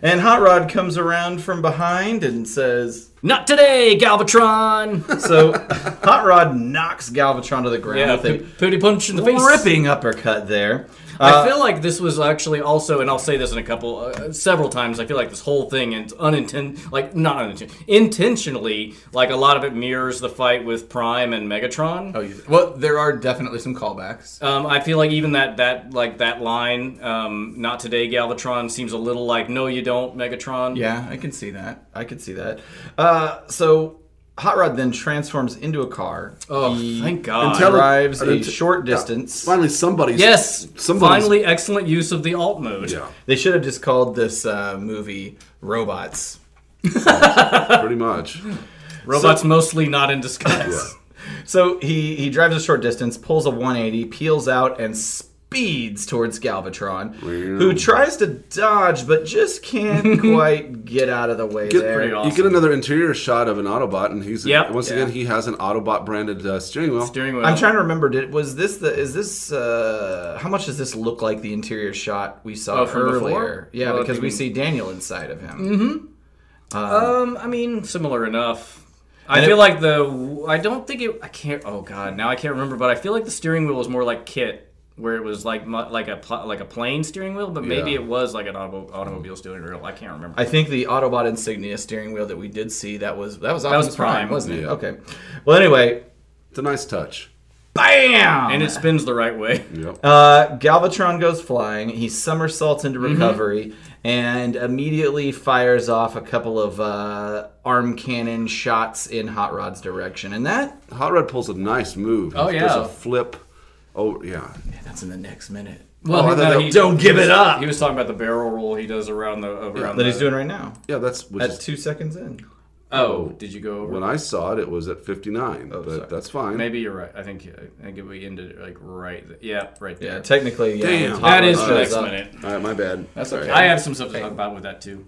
Speaker 2: And Hot Rod comes around from behind and says,
Speaker 4: Not today, Galvatron.
Speaker 2: So Hot Rod knocks Galvatron to the ground
Speaker 4: yeah,
Speaker 2: with
Speaker 4: po- Pooty punch in the
Speaker 2: a
Speaker 4: face.
Speaker 2: ripping uppercut there.
Speaker 4: I feel like this was actually also, and I'll say this in a couple, uh, several times. I feel like this whole thing and uninten, like not uninten, intentionally, like a lot of it mirrors the fight with Prime and
Speaker 2: Oh,
Speaker 4: Megatron.
Speaker 2: well, there are definitely some callbacks.
Speaker 4: Um, I feel like even that that like that line, um, "Not today, Galvatron," seems a little like, "No, you don't, Megatron."
Speaker 2: Yeah, I can see that. I can see that. Uh, so Hot Rod then transforms into a car.
Speaker 4: Oh,
Speaker 2: He
Speaker 4: thank God.
Speaker 1: Tell-
Speaker 2: drives
Speaker 1: I didn't-
Speaker 2: a short
Speaker 1: yeah.
Speaker 2: distance.
Speaker 1: Finally, somebody's.
Speaker 4: Yes.
Speaker 1: Somebody's-
Speaker 4: Finally, excellent use of the alt mode.
Speaker 1: Yeah,
Speaker 2: They should have just called this uh, movie Robots.
Speaker 1: pretty much.
Speaker 4: Robots mostly not in disguise.
Speaker 2: So he he drives a short distance, pulls a 180, peels out, and speeds towards Galvatron, who tries to dodge but just can't quite get out of the way
Speaker 1: Get-
Speaker 2: there.
Speaker 4: pretty
Speaker 1: You
Speaker 4: awesome.
Speaker 1: get another interior shot of an Autobot, and he's
Speaker 4: Yep.
Speaker 1: once
Speaker 2: Yeah.
Speaker 1: again he has an Autobot branded uh, steering wheel.
Speaker 4: Steering wheel.
Speaker 2: I'm trying to remember. Did was this the? Is this uh, how much does this look like the interior shot we saw
Speaker 4: Oh, from
Speaker 2: earlier?
Speaker 4: before?
Speaker 2: Yeah,
Speaker 4: Well, if
Speaker 2: because
Speaker 4: you
Speaker 2: we
Speaker 4: can-
Speaker 2: see Daniel inside of him.
Speaker 4: Um, I mean, similar enough. I
Speaker 2: And
Speaker 4: feel
Speaker 2: it-
Speaker 4: like the. I don't think it. I can't. Oh god, now I can't remember. But I feel like the steering wheel was more like Kit, where it was like mu- like a pl- like a plane steering wheel, but maybe
Speaker 1: Yeah.
Speaker 4: it was like an auto, automobile steering wheel. I can't remember.
Speaker 2: I think the Autobot insignia steering wheel that we did see that was that was Optimus
Speaker 4: was
Speaker 2: Prime,
Speaker 4: Prime.
Speaker 2: wasn't it?
Speaker 1: Yeah.
Speaker 2: Okay. Well, anyway,
Speaker 1: It's a nice touch.
Speaker 2: bam!
Speaker 4: and it spins the right way.
Speaker 1: Yep.
Speaker 2: Uh, Galvatron goes flying. He somersaults into recovery and immediately fires off a couple of uh, arm cannon shots in Hot Rod's direction. And that
Speaker 1: Hot Rod pulls a nice move. Oh
Speaker 4: yeah.
Speaker 1: There's a flip. Oh yeah.
Speaker 2: that's in the next minute.
Speaker 4: Well,
Speaker 1: I thought that-
Speaker 2: Don't give it up!
Speaker 4: Oh, He was talking about the barrel roll he does around the around.
Speaker 2: That
Speaker 4: the,
Speaker 2: he's doing right now.
Speaker 1: Yeah, that's which
Speaker 2: At
Speaker 1: is,
Speaker 2: two seconds in.
Speaker 4: Oh, did you go over?
Speaker 1: when I saw it. It was at 59, but that's fine.
Speaker 4: maybe you're right. I think I think we ended it like right. Th- yeah, right there.
Speaker 2: Yeah, technically, yeah.
Speaker 1: Damn.
Speaker 2: Hot
Speaker 4: that
Speaker 2: Rod
Speaker 4: is the
Speaker 2: shows
Speaker 4: next
Speaker 2: up.
Speaker 4: minute.
Speaker 1: All right, my bad.
Speaker 2: That's okay.
Speaker 4: I have some stuff to talk about with that too.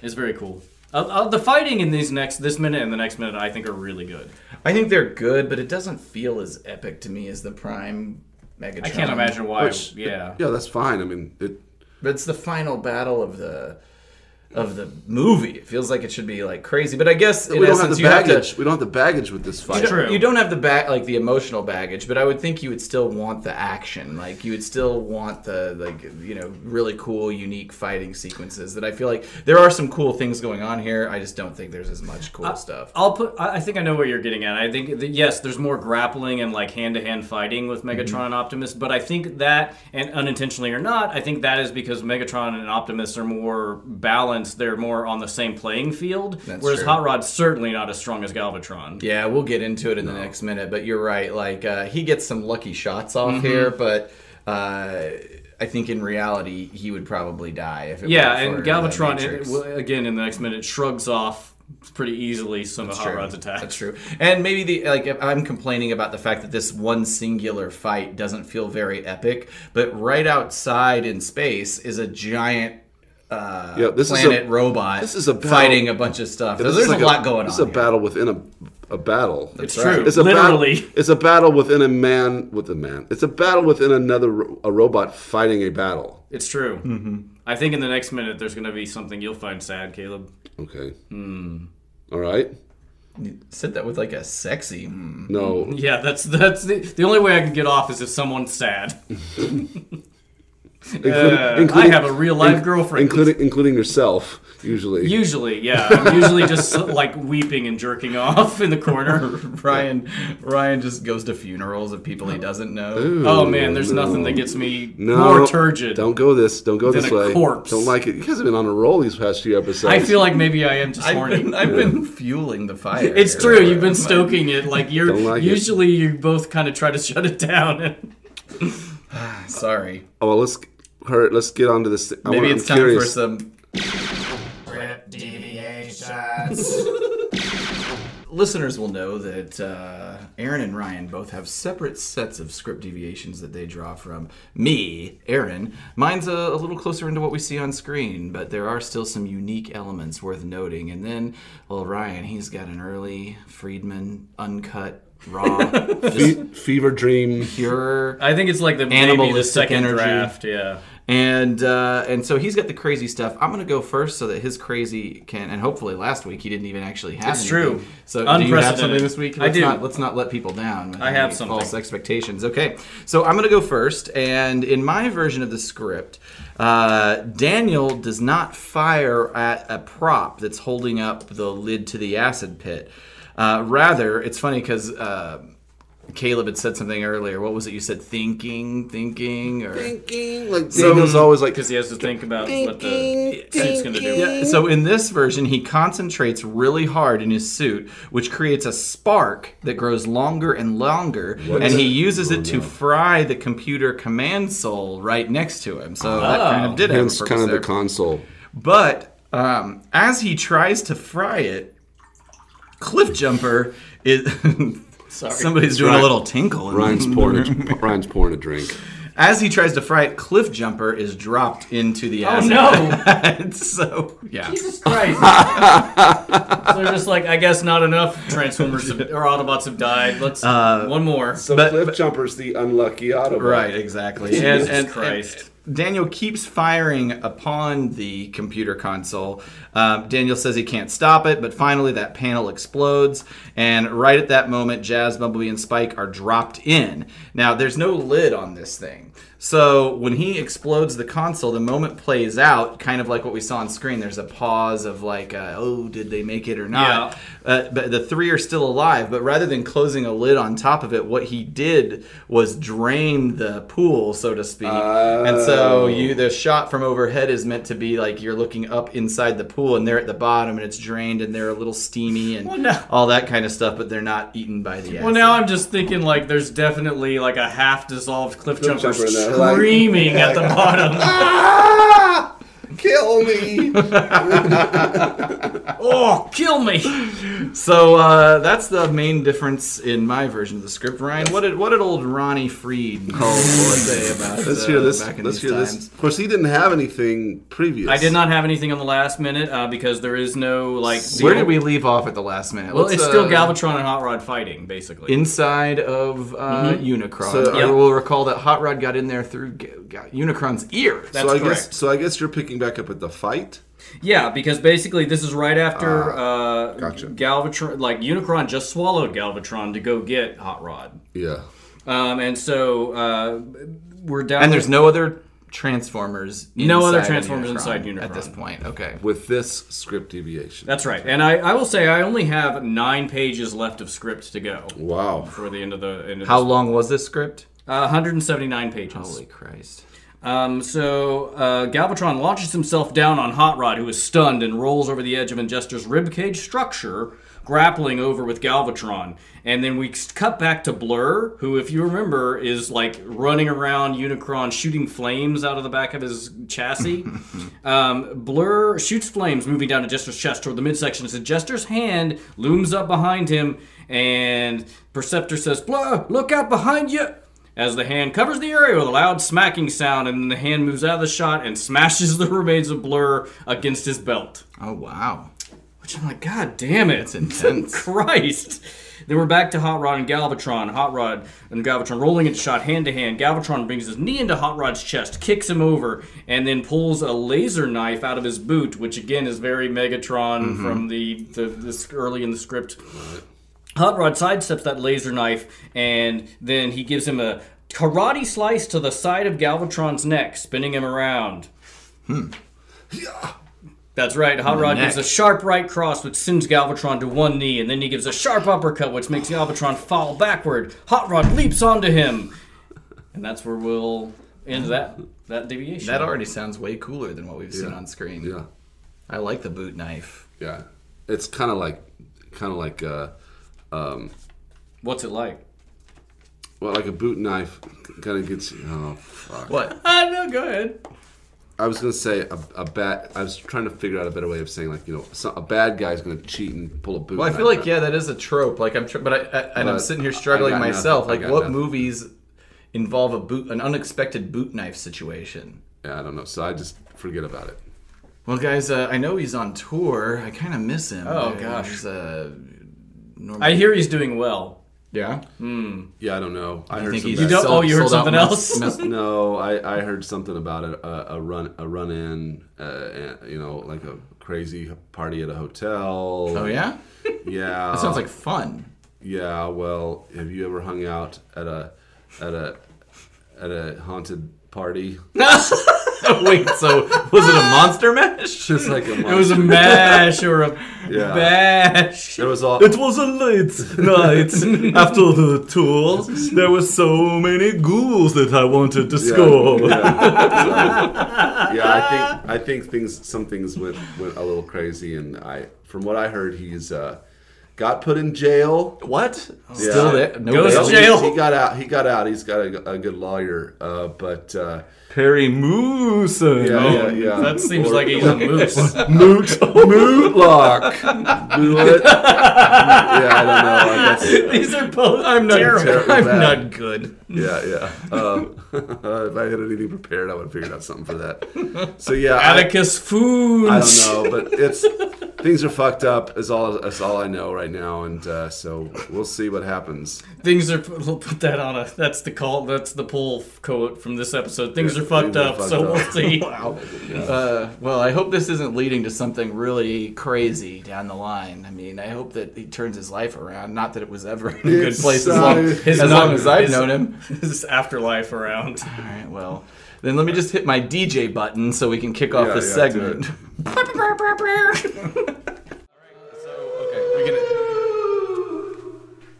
Speaker 4: It's very cool. Uh, uh, the fighting in these next this minute and the next minute I think are really good.
Speaker 2: I think they're good, but it doesn't feel as epic to me as the Prime Megatron.
Speaker 4: I can't imagine why.
Speaker 1: Which-
Speaker 4: Um, yeah.
Speaker 1: yeah, that's fine. I mean, it,
Speaker 2: But it's the final battle of the of the movie. It feels like it should be like crazy, but I guess in
Speaker 1: we don't have
Speaker 2: essence
Speaker 1: the
Speaker 2: you have
Speaker 1: baggage.
Speaker 2: to.
Speaker 1: we don't have the baggage with this
Speaker 2: You
Speaker 1: fight.
Speaker 2: don't,
Speaker 4: True.
Speaker 2: you don't have the back like the emotional baggage, but I would think you would still want the action. Like you would still want the like you know really cool, unique fighting sequences. That I feel like there are some cool things going on here. I just don't think there's as much cool stuff.
Speaker 4: I'll put. I I think I know what you're getting at. I think that, yes, there's more grappling and like hand-to-hand fighting with Megatron and Optimus, but I think that, and unintentionally or not, I think that is because Megatron and Optimus are more balanced. They're more on the same playing field.
Speaker 2: That's
Speaker 4: whereas
Speaker 2: true.
Speaker 4: Hot Rod's certainly not as strong as Galvatron.
Speaker 2: Yeah, we'll get into it in the next minute, but you're right. Like uh, he gets some lucky shots off
Speaker 4: Mm-hmm.
Speaker 2: here, but uh, I think in reality he would probably die if it
Speaker 4: Yeah,
Speaker 2: weren't
Speaker 4: and
Speaker 2: for, uh,
Speaker 4: Galvatron it,
Speaker 2: Matrix.
Speaker 4: well, again in the next minute shrugs off pretty easily some of
Speaker 2: That's
Speaker 4: Hot
Speaker 2: true.
Speaker 4: Rod's attacks.
Speaker 2: That's true. And maybe the like if I'm complaining about the fact that this one singular fight doesn't feel very epic, but right outside in space is a giant uh,
Speaker 1: Yeah, this is a-
Speaker 2: planet robot
Speaker 1: this is a battle-
Speaker 2: fighting a bunch of stuff.
Speaker 1: This
Speaker 2: There's
Speaker 1: is like
Speaker 2: a lot going
Speaker 1: This is
Speaker 2: on.
Speaker 1: a
Speaker 2: here.
Speaker 1: battle within a, a battle.
Speaker 4: It's true.
Speaker 1: It's a
Speaker 4: Literally.
Speaker 1: Battle, it's a battle within a man with a man. It's a battle within another ro- a robot fighting a battle.
Speaker 4: It's true. Mm-hmm. I think in the next minute there's going to be something you'll find sad, Caleb.
Speaker 1: Okay.
Speaker 4: Hmm.
Speaker 1: All right.
Speaker 2: Said that with like a sexy. mm.
Speaker 1: No.
Speaker 4: Yeah, that's that's the, the only way I can get off is if someone's sad.
Speaker 1: Including,
Speaker 4: Uh, I have a real life girlfriend.
Speaker 1: Including including yourself usually.
Speaker 4: Usually, yeah, I'm usually just like weeping and jerking off in the corner.
Speaker 2: Ryan Ryan just goes to funerals of people he doesn't know.
Speaker 4: Oh man, there's nothing that gets me
Speaker 1: no,
Speaker 4: more turgid.
Speaker 1: Don't go this. Don't go
Speaker 4: Than
Speaker 1: this
Speaker 4: a
Speaker 1: way.
Speaker 4: corpse.
Speaker 1: Don't like it. You guys have been on a roll these past few episodes.
Speaker 4: I feel like maybe I am just
Speaker 2: I've
Speaker 4: horny.
Speaker 2: been, I've been fueling the fire.
Speaker 4: it's
Speaker 2: here.
Speaker 4: true. You've been stoking it. Like you're
Speaker 1: Don't like it.
Speaker 4: usually you both kind of try to shut it down. And
Speaker 2: Sorry.
Speaker 1: Oh, well, let's hurt. Let's get onto this. I
Speaker 2: Maybe
Speaker 1: wanna-
Speaker 2: it's
Speaker 1: I'm
Speaker 2: time for
Speaker 1: curious.
Speaker 2: some. Listeners will know that uh, Aaron and Ryan both have separate sets of script deviations that they draw from. Me, Aaron, mine's a, a little closer into what we see on screen, but there are still some unique elements worth noting. And then, well, Ryan, he's got an early Friedman, uncut, raw, just
Speaker 1: Fe- fever dream.
Speaker 2: pure
Speaker 4: I think it's like the maybe the
Speaker 2: Animalistic
Speaker 4: second
Speaker 2: energy.
Speaker 4: draft. Yeah.
Speaker 2: and uh, and so he's got the crazy stuff. I'm gonna go first so that his crazy can and hopefully last week he didn't even actually have.
Speaker 4: It's
Speaker 2: anything.
Speaker 4: true.
Speaker 2: So do you have
Speaker 4: Unprecedented.
Speaker 2: something this week?
Speaker 4: I
Speaker 2: Let's
Speaker 4: do.
Speaker 2: Not, let's not let people down. with
Speaker 4: I have
Speaker 2: any
Speaker 4: something.
Speaker 2: False expectations. Okay, so I'm gonna go first, and in my version of the script, uh, Daniel does not fire at a prop that's holding up the lid to the acid pit. Uh, rather, it's funny because. Uh, Caleb had said something earlier. What was it you said? Thinking, thinking, or
Speaker 1: Thinking. Like Daniel's always like
Speaker 4: Because he has to think about what the suit's going to do.
Speaker 2: Yeah, so in this version, he concentrates really hard in his suit, which creates a spark that grows longer and longer, and he uses it to fry the computer command soul right next to him. So that kind of did have a
Speaker 1: Hence,
Speaker 2: purpose
Speaker 1: kind of the
Speaker 2: there.
Speaker 1: console.
Speaker 2: But um, as he tries to fry it, Cliff Jumper is. Somebody's doing a little tinkle. in
Speaker 1: Ryan's pouring. A, Ryan's pouring a drink.
Speaker 2: As he tries to fry it, Cliff Jumper is dropped into the acid.
Speaker 4: no.
Speaker 2: no! so yeah.
Speaker 4: Jesus Christ. so they're just like, I guess not enough Transformers have, or Autobots have died. Let's one more.
Speaker 1: So
Speaker 2: But-
Speaker 1: Cliff Jumper's the unlucky Autobot.
Speaker 2: Right, exactly.
Speaker 4: Jesus Christ.
Speaker 2: Daniel keeps firing upon the computer console. Um, Daniel says he can't stop it, but finally that panel explodes. And right at that moment, Jazz, Bumblebee, and Spike are dropped in. Now, there's no lid on this thing. So when he explodes the console, the moment plays out, kind of like what we saw on screen. There's a pause of like, uh, oh, did they make it or not? Uh, but the three are still alive. But rather than closing a lid on top of it, what he did was drain the pool, so to speak. And so
Speaker 1: Oh.
Speaker 2: you, the shot from overhead is meant to be like you're looking up inside the pool, and they're at the bottom, and it's drained, and they're a little steamy, and all that kind of stuff. But they're not eaten by the.
Speaker 4: Well, now I'm just thinking like there's definitely like a half dissolved cliff jumper
Speaker 1: jumper in there, like-
Speaker 4: screaming at the bottom.
Speaker 1: Kill me.
Speaker 4: Oh, kill me!
Speaker 2: So uh, that's the main difference in my version of the script, Ryan. What did what did old Ronnie Freed say about
Speaker 1: Let's
Speaker 2: uh,
Speaker 1: hear this.
Speaker 2: back in
Speaker 1: Let's
Speaker 2: these
Speaker 1: hear
Speaker 2: times?
Speaker 1: this. Of course, he didn't have anything previous.
Speaker 4: I did not have anything on the last minute uh, because there is no like.
Speaker 2: Where
Speaker 4: zero-
Speaker 2: did we leave off at the last minute?
Speaker 4: Well,
Speaker 2: Let's,
Speaker 4: it's still
Speaker 2: uh,
Speaker 4: Galvatron and Hot Rod fighting, basically.
Speaker 2: inside of uh, Unicron.
Speaker 1: Mm-hmm. So,
Speaker 2: I
Speaker 1: Yep.
Speaker 2: will recall that Hot Rod got in there through Ga- Ga- Unicron's ear.
Speaker 4: That's
Speaker 1: So I
Speaker 4: correct.
Speaker 1: guess. So I guess you're picking back up at the fight.
Speaker 4: Yeah, because basically this is right
Speaker 2: Ah,
Speaker 4: after uh,
Speaker 1: gotcha.
Speaker 4: Galvatron, like Unicron just swallowed Galvatron to go get Hot Rod,
Speaker 1: Yeah.
Speaker 4: um, and so uh, we're down.
Speaker 2: and there's no other Transformers.
Speaker 4: No other
Speaker 2: inside of
Speaker 4: Transformers inside Unicron.
Speaker 2: at this point. Okay.
Speaker 1: With this script deviation.
Speaker 4: That's right, and I, I will say I only have nine pages left of script to go
Speaker 1: wow.
Speaker 4: for the end of the end of
Speaker 2: How
Speaker 4: this-
Speaker 2: long was this script?
Speaker 4: Uh, 179 pages.
Speaker 2: Holy Christ!
Speaker 4: Um, so uh, Galvatron launches himself down on Hot Rod, who is stunned and rolls over the edge of Ingester's ribcage structure, grappling over with Galvatron. And then we s- cut back to Blur, who, if you remember, is like running around Unicron, shooting flames out of the back of his chassis. um, Blur shoots flames, moving down Ingester's chest toward the midsection. As Ingester's hand looms up behind him, and Perceptor says, "Blur, look out behind you!" As the hand covers the area with a loud smacking sound, and then the hand moves out of the shot and smashes the remains of Blur against his belt.
Speaker 2: Oh wow!
Speaker 4: Which I'm like, God damn it.
Speaker 2: It's intense.
Speaker 4: Christ. Then we're back to Hot Rod and Galvatron. Hot Rod and Galvatron rolling into shot hand to hand. Galvatron brings his knee into Hot Rod's chest, kicks him over, and then pulls a laser knife out of his boot, which again is very Megatron from the, the this early in the script. Hot Rod sidesteps that laser knife, and then he gives him a karate slice to the side of Galvatron's neck, spinning him around. That's right. Hot Rod gives a sharp right cross, which sends Galvatron to one knee, and then he gives a sharp uppercut, which makes Galvatron fall backward. Hot Rod leaps onto him, and that's where we'll end that that deviation.
Speaker 2: That already sounds way cooler than what we've seen
Speaker 1: Yeah.
Speaker 2: on screen.
Speaker 1: Yeah.
Speaker 2: I like the boot knife.
Speaker 1: Yeah. It's kind of like, kind of like, uh, um,
Speaker 4: What's it like?
Speaker 1: well, like a boot knife kind of gets you. Oh fuck.
Speaker 2: What?
Speaker 4: Ah, no, go ahead.
Speaker 1: I was gonna say a, a bad. I was trying to figure out a better way of saying like you know so, a bad guy's gonna cheat and pull a boot.
Speaker 2: Well, I
Speaker 1: knife
Speaker 2: feel like
Speaker 1: out.
Speaker 2: yeah, that is a trope. Like I'm, tr- but I, I and I'm
Speaker 1: But
Speaker 2: sitting here
Speaker 1: I
Speaker 2: struggling
Speaker 1: got nothing.
Speaker 2: myself.
Speaker 1: I
Speaker 2: Like,
Speaker 1: got
Speaker 2: what
Speaker 1: nothing.
Speaker 2: movies involve a boot, an unexpected boot knife situation?
Speaker 1: Yeah, I don't know. So I just forget about it.
Speaker 2: Well, guys, uh, I know he's on tour. I kind of miss him.
Speaker 4: Oh,
Speaker 2: I-
Speaker 4: gosh.
Speaker 2: he's, uh,
Speaker 4: I hear he's doing well.
Speaker 2: yeah.
Speaker 1: Yeah, I don't know. I, heard
Speaker 2: think
Speaker 1: some
Speaker 2: he's
Speaker 1: bad-
Speaker 4: don't-
Speaker 2: sold-
Speaker 4: oh, you heard
Speaker 2: sold out
Speaker 4: something
Speaker 2: mess-
Speaker 4: else?
Speaker 2: mess-
Speaker 1: No, I, I heard something about it, a, a run a run in, uh, and, you know, like a crazy party at a hotel.
Speaker 2: oh yeah,
Speaker 1: yeah.
Speaker 2: that sounds like fun.
Speaker 1: yeah. Well, have you ever hung out at a at a at a haunted party?
Speaker 2: Wait, so was it a monster mash?
Speaker 1: Just like a
Speaker 4: It was a mash or a
Speaker 1: Yeah.
Speaker 4: bash.
Speaker 1: There was all.
Speaker 2: It was a late night after the tour. There were so many ghouls that I wanted to
Speaker 1: Yeah, yeah.
Speaker 2: score.
Speaker 1: So, yeah, I think I think things some things went went a little crazy, and I from what I heard, he's uh, got put in jail.
Speaker 2: What?
Speaker 1: Yeah.
Speaker 2: Still there? No
Speaker 4: Goes
Speaker 2: bail?
Speaker 4: to jail.
Speaker 1: He, he got out. He got out. He's got a, a good lawyer, uh, but uh,
Speaker 2: Perry Moose.
Speaker 1: yeah, yeah, yeah.
Speaker 4: That seems like he's a moose.
Speaker 1: moot mootlock. Moot. Yeah, I don't know. That's,
Speaker 4: These are both. I'm
Speaker 2: not
Speaker 4: terrible.
Speaker 1: terrible.
Speaker 2: I'm
Speaker 1: Bad.
Speaker 2: not good.
Speaker 1: yeah, yeah. Um, if I had anything prepared, I would have figured out something for that. So yeah, I-
Speaker 4: Atticus Foons.
Speaker 1: I don't know, but it's things are fucked up. Is all is all I know right now, and uh, so we'll see what happens.
Speaker 4: Things are. We'll put that on a. That's the call. That's the pull quote from this episode. Things
Speaker 1: Yeah,
Speaker 4: are fucked
Speaker 1: things are
Speaker 4: up.
Speaker 1: fucked
Speaker 4: so
Speaker 1: up.
Speaker 4: we'll see.
Speaker 2: Uh, well, I hope this isn't leading to something really crazy down the line. I mean, I hope that he turns his life around. Not that it was ever in a good
Speaker 1: It's,
Speaker 2: place as
Speaker 1: uh,
Speaker 2: long,
Speaker 1: his
Speaker 2: as, long
Speaker 4: not-
Speaker 2: as I've
Speaker 4: his-
Speaker 2: known him.
Speaker 4: this afterlife around.
Speaker 2: All right, well, then let me just hit my DJ button so we can kick off
Speaker 1: Yeah,
Speaker 2: this
Speaker 1: yeah, do
Speaker 2: segment.
Speaker 1: it.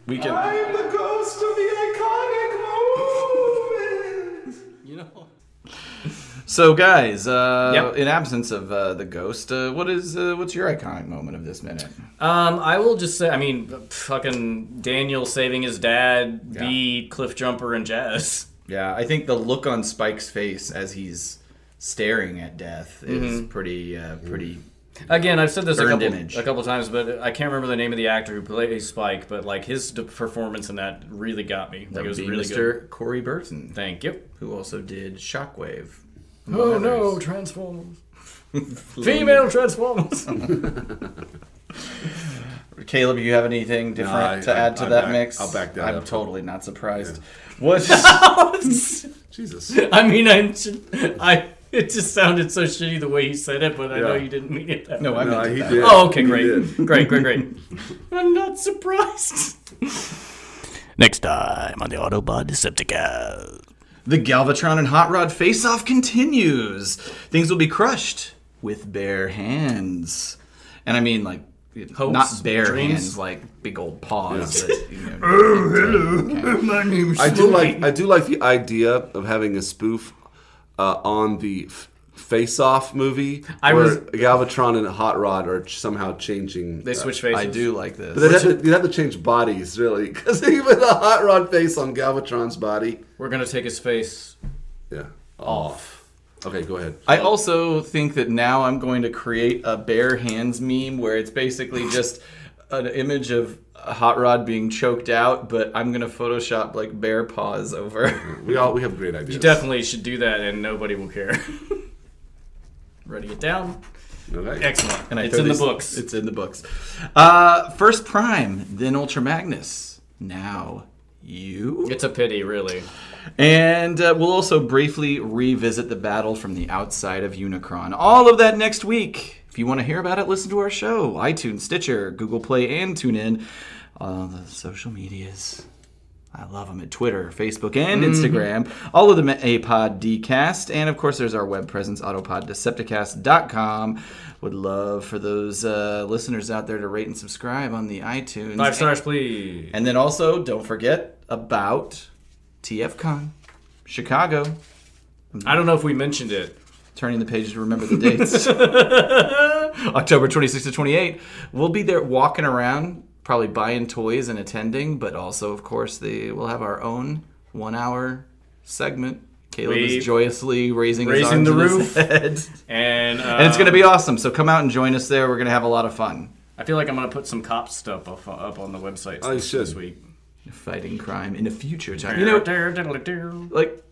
Speaker 2: We can. We can.
Speaker 1: the ghost of the iconic moment.
Speaker 4: You know.
Speaker 2: So, guys, uh,
Speaker 4: Yep.
Speaker 2: in absence of uh, the ghost, uh, what is uh, what's your iconic moment of this minute?
Speaker 4: Um, I will just say. I mean, fucking Daniel saving his dad. B. Cliff Jumper and Jazz.
Speaker 2: Yeah, I think the look on Spike's face as he's staring at death is pretty uh, pretty.
Speaker 4: Again, I've said this a
Speaker 2: Burned
Speaker 4: couple,
Speaker 2: image.
Speaker 4: a couple times, but I can't remember the name of the actor who plays Spike. But like his d- performance in that really got me.
Speaker 2: That
Speaker 4: like, it
Speaker 2: would
Speaker 4: was
Speaker 2: be
Speaker 4: really
Speaker 2: Mr.
Speaker 4: good.
Speaker 2: Corey Burton,
Speaker 4: Thank you.
Speaker 2: who also did Shockwave.
Speaker 4: Oh no, Transformers. Female Transformers.
Speaker 2: Caleb, you have anything different
Speaker 1: No, I-
Speaker 2: to
Speaker 1: I-
Speaker 2: add to
Speaker 1: I
Speaker 2: that
Speaker 1: back-
Speaker 2: mix?
Speaker 1: I'll back that
Speaker 2: I'm
Speaker 1: up.
Speaker 2: totally not surprised. What?
Speaker 1: Jesus.
Speaker 4: I mean, I'm. I. It just sounded so shitty the way he said it, but I know
Speaker 1: Yeah.
Speaker 4: you didn't mean it that
Speaker 2: no,
Speaker 4: way.
Speaker 2: I
Speaker 1: No,
Speaker 2: meant
Speaker 1: he
Speaker 2: that.
Speaker 1: did.
Speaker 4: Oh, okay,
Speaker 1: He
Speaker 4: great,
Speaker 1: did.
Speaker 4: great, great, great. I'm not surprised.
Speaker 7: Next time on the Autobot Decepticon.
Speaker 2: The Galvatron and Hot Rod face-off continues. Things will be crushed with bare hands, and I mean like
Speaker 4: Hopes,
Speaker 2: not bare
Speaker 4: dreams.
Speaker 2: hands, like big old paws. that, you know, hello, my name's
Speaker 1: I do like I do like the idea of having a spoof uh, on the f- Face Off movie,
Speaker 4: I
Speaker 1: where
Speaker 4: was-
Speaker 1: Galvatron and Hot Rod are somehow changing.
Speaker 4: They
Speaker 1: uh,
Speaker 4: switch faces.
Speaker 2: I do like this.
Speaker 1: But they'd have, to, they'd have to change bodies, really, because even a hot rod face on Galvatron's body.
Speaker 4: We're gonna take his face.
Speaker 1: Yeah. Off. Okay, go ahead.
Speaker 2: I also think that now I'm going to create a bare hands meme where it's basically just an image of a hot rod being choked out, but I'm gonna Photoshop like bare paws over.
Speaker 1: We all we have great ideas.
Speaker 4: You definitely should do that, and nobody will care. Writing it down.
Speaker 1: Okay.
Speaker 4: Excellent.
Speaker 2: And I
Speaker 4: it's
Speaker 2: throw
Speaker 4: in the
Speaker 2: these-
Speaker 4: books.
Speaker 2: It's in the books. Uh, first Prime, then Ultra Magnus. Now you.
Speaker 4: It's a pity, really.
Speaker 2: And uh, we'll also briefly revisit the battle from the outside of Unicron. All of that next week. If you want to hear about it, listen to our show iTunes, Stitcher, Google Play, and TuneIn. All the social medias. I love them at Twitter, Facebook, and
Speaker 4: Mm-hmm.
Speaker 2: Instagram. All of them at Apod Dcast. And of course, there's our web presence, autopoddecepticast.com. Would love for those uh, listeners out there to rate and subscribe on the iTunes.
Speaker 4: Five stars, please.
Speaker 2: And then also, don't forget about TFCon, Chicago.
Speaker 4: I don't know if we mentioned it.
Speaker 2: Turning the page to remember the dates. October 26 to 28. We'll be there walking around, probably buying toys and attending, but also, of course, the, we'll have our own one hour segment. Caleb
Speaker 4: We-
Speaker 2: is joyously raising, his
Speaker 4: Raising
Speaker 2: arms
Speaker 4: the
Speaker 2: in his
Speaker 4: roof.
Speaker 2: head.
Speaker 4: And, uh,
Speaker 2: And it's going to be awesome. So come out and join us there. We're going to have a lot of fun.
Speaker 4: I feel like I'm gonna put some cop stuff up, up on the website
Speaker 1: Oh, you
Speaker 4: this, this
Speaker 1: should.
Speaker 4: week.
Speaker 2: Fighting crime in a future time. You know,
Speaker 4: know,
Speaker 2: like,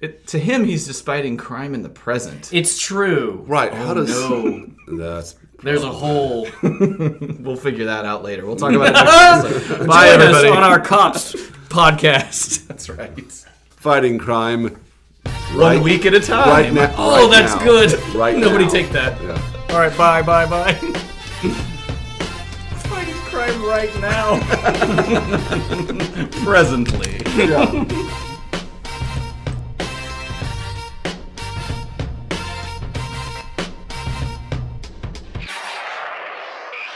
Speaker 2: it, to him, he's just fighting crime in the present.
Speaker 4: it's true.
Speaker 1: Right. How does
Speaker 4: no.
Speaker 1: that's
Speaker 4: There's a whole.
Speaker 2: We'll figure that out later. We'll talk about it next episode. Bye,
Speaker 4: Join us
Speaker 2: everybody.
Speaker 4: on our cops podcast.
Speaker 2: That's right.
Speaker 1: fighting crime?
Speaker 2: One week at a time.
Speaker 1: Right now.
Speaker 4: Oh,
Speaker 1: right
Speaker 4: that's
Speaker 1: now.
Speaker 4: good.
Speaker 1: Right
Speaker 4: Nobody
Speaker 1: now.
Speaker 4: take that.
Speaker 1: Yeah.
Speaker 4: All right, bye, bye, bye. Fighting crime right now.
Speaker 2: Presently.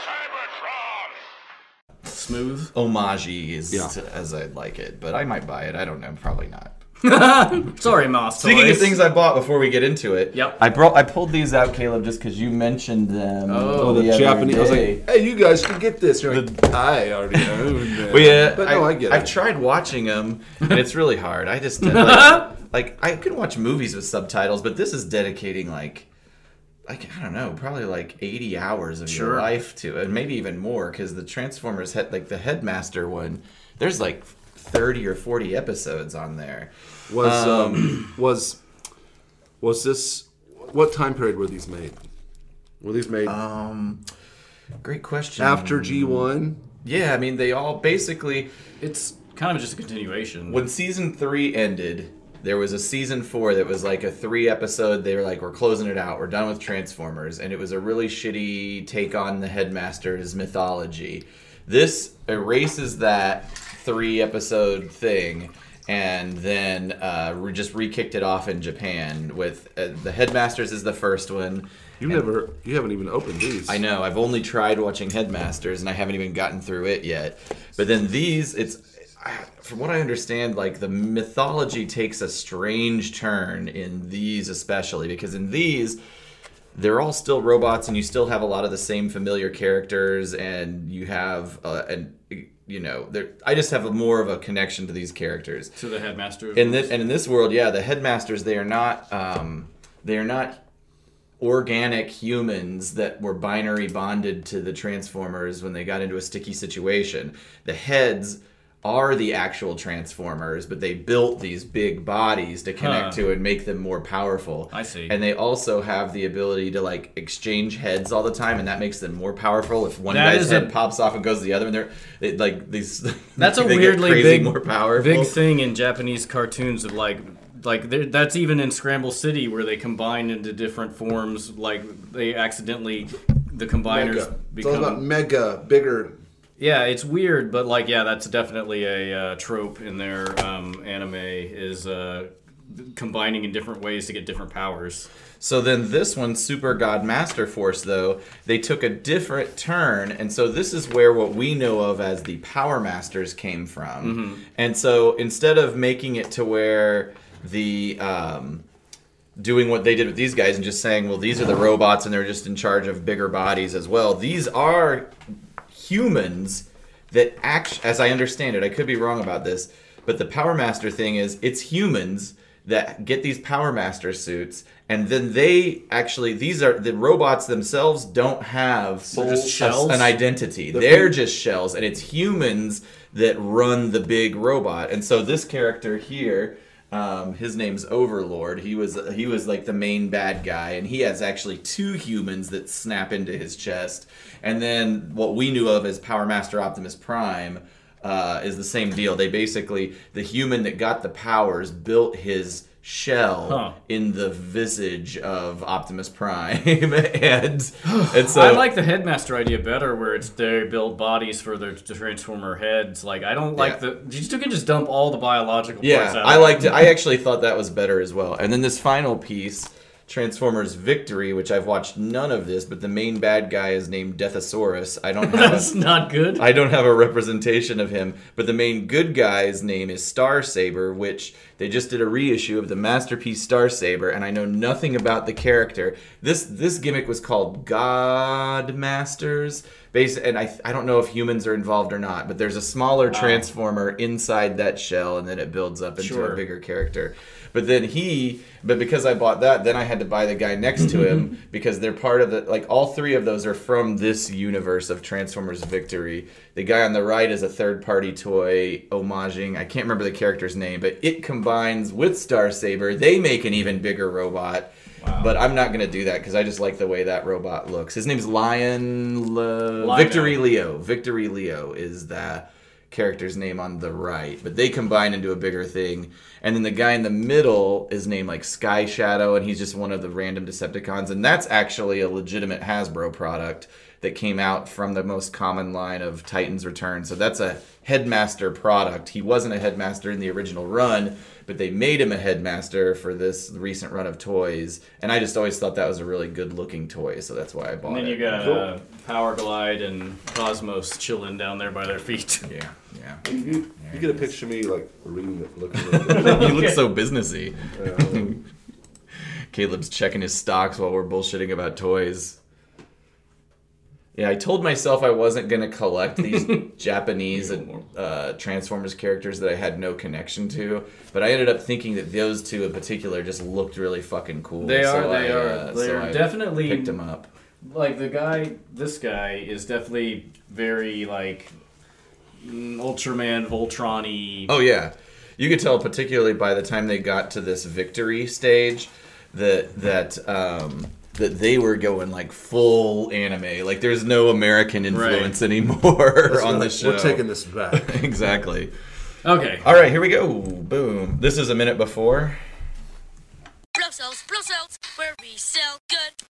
Speaker 3: Cybertron!
Speaker 4: Smooth.
Speaker 2: Homages
Speaker 1: Yeah.
Speaker 2: as I'd like it, but I might buy it. I don't know. Probably not.
Speaker 4: Sorry, Moss.
Speaker 2: Speaking
Speaker 4: toys.
Speaker 2: of things I bought before we get into it,
Speaker 4: Yep.
Speaker 2: I brought I pulled these out, Caleb, just because you mentioned them.
Speaker 4: Oh,
Speaker 1: The
Speaker 2: other
Speaker 1: Japanese. I was
Speaker 2: day.
Speaker 1: like, hey, you guys can get this. You're like, I already own that.
Speaker 2: Well, yeah,
Speaker 1: but no, I, get
Speaker 2: I've
Speaker 1: it.
Speaker 2: tried watching them, and it's really hard. I just like, like I can watch movies with subtitles, but this is dedicating like like I don't know, probably like eighty hours of your life to it, maybe even more, because the Transformers head like the Headmaster one. There's like thirty or forty episodes on there.
Speaker 1: was um, was was this what time period were these made? Were these made
Speaker 2: Great question.
Speaker 1: after G one?
Speaker 2: yeah, I mean they all basically
Speaker 4: It's kind of just a continuation.
Speaker 2: when season three ended there was a season four that was like a three episode they were like we're closing it out we're done with transformers and it was a really shitty take on the headmaster's mythology this erases that three episode thing and then uh, we just re-kicked it off in japan with uh, the headmasters is the first one
Speaker 1: You never, you haven't even opened these.
Speaker 2: I know. I've only tried watching Headmasters, and I haven't even gotten through it yet. But then these, it's I- from what I understand, like the mythology takes a strange turn in these, especially because in these. They're all still robots, and you still have a lot of the same familiar characters, and you have, uh, and you know, there. I just have a more of a connection to these characters
Speaker 4: to the headmaster.
Speaker 2: in this and in this world, yeah, the headmasters they are not. Um, th- They are not organic humans that were binary bonded to the Transformers when they got into a sticky situation. The heads are the actual Transformers, but they built these big bodies to connect
Speaker 4: Huh.
Speaker 2: to and make them more powerful.
Speaker 4: I see.
Speaker 2: And they also have the ability to like exchange heads all the time, and that makes them more powerful. If one
Speaker 4: That
Speaker 2: guy's
Speaker 4: is a-
Speaker 2: head pops off and goes to the other, and they're they, like these.
Speaker 4: That's a
Speaker 2: they get
Speaker 4: weirdly
Speaker 2: crazy
Speaker 4: big,
Speaker 2: more powerful.
Speaker 4: big thing in Japanese cartoons of like, like there- that's even in Scramble City where they combine into different forms. Like they accidentally, the combiners
Speaker 1: Mega. It's all
Speaker 4: become.
Speaker 1: about mega, bigger.
Speaker 4: yeah, it's weird, but like, yeah, that's definitely a uh, trope in their um, anime is uh, combining in different ways to get different powers.
Speaker 2: So then this one, Super God Master Force, though, they took a different turn. And so this is where what we know of as the Power Masters came from. And so instead of making it to where the. Um, doing what they did with these guys and just saying, well, these are the robots and they're just in charge of bigger bodies as well. These are humans that act, as I understand it, I could be wrong about this, but the Power Master thing is it's humans that get these Power Master suits, and then they actually, these are the robots themselves don't have
Speaker 4: just
Speaker 2: full-
Speaker 4: shells?
Speaker 2: an identity. They're just shells, and it's humans that run the big robot. And so this character here. Um, his name's Overlord. He was he was like the main bad guy, and he has actually two humans that snap into his chest. And then what we knew of as Power Master Optimus Prime uh, is the same deal. They basically the human that got the powers built his shell
Speaker 4: Huh.
Speaker 2: in the visage of Optimus Prime, and and so
Speaker 4: I like the headmaster idea better, where it's they build bodies for their transformer heads. Like I don't like
Speaker 2: Yeah.
Speaker 4: the you still can just dump all the biological
Speaker 2: Yeah,
Speaker 4: parts out.
Speaker 2: I liked it. I actually thought that was better as well. And then this final piece, Transformers Victory, which I've watched none of this, but the main bad guy is named Deathosaurus. I don't
Speaker 4: That's
Speaker 2: have a,
Speaker 4: not good.
Speaker 2: I don't have a representation of him, but the main good guy's name is Star Saber, which they just did a reissue of the masterpiece Star Saber, and I know nothing about the character. This this gimmick was called God Masters. Base, and I, I don't know if humans are involved or not, but there's a smaller
Speaker 4: Ah.
Speaker 2: transformer inside that shell, and then it builds up into
Speaker 4: Sure.
Speaker 2: a bigger character. But then he, but because I bought that, then I had to buy the guy next to him because they're part of the, like, all three of those are from this universe of Transformers Victory. The guy on the right is a third party toy homaging, I can't remember the character's name, but it combines with Star Saber. They make an even bigger robot. But I'm not gonna do that because I just like the way that robot looks. His name's Lion Le-
Speaker 4: Lionel.
Speaker 2: Victory Leo. Victory Leo is the character's name on the right, but they combine into a bigger thing. And then the guy in the middle is named like Sky Shadow, and he's just one of the random Decepticons. And that's actually a legitimate Hasbro product that came out from the most common line of Titans Return. So that's a headmaster product. He wasn't a headmaster in the original run, but they made him a headmaster for this recent run of toys. And I just always thought that was a really good looking toy, so that's why I bought
Speaker 4: and then
Speaker 2: it.
Speaker 4: you got uh, Power Glide and Cosmos chilling down there by their feet.
Speaker 2: yeah, yeah.
Speaker 1: You, you get a picture of me like reading it, looking at it.
Speaker 2: you look so businessy. Caleb's checking his stocks while we're bullshitting about toys. Yeah, I told myself I wasn't gonna collect these Japanese uh, Transformers characters that I had no connection to, but I ended up thinking that those two in particular just looked really fucking cool.
Speaker 4: They
Speaker 2: so
Speaker 4: are, they
Speaker 2: I,
Speaker 4: are.
Speaker 2: uh,
Speaker 4: They
Speaker 2: so
Speaker 4: are
Speaker 2: I
Speaker 4: definitely-
Speaker 2: picked them up.
Speaker 4: like the guy, this guy is definitely very like mm, Ultraman, Voltron-y.
Speaker 2: Oh yeah, you could tell particularly by the time they got to this victory stage that that um, that they were going like full anime. Like there's no American influence anymore on the show.
Speaker 1: We're taking this back.
Speaker 2: exactly.
Speaker 4: Okay,
Speaker 2: All right, here we go. Boom. This is a minute before.
Speaker 9: Blow cells, blow cells, where we sell good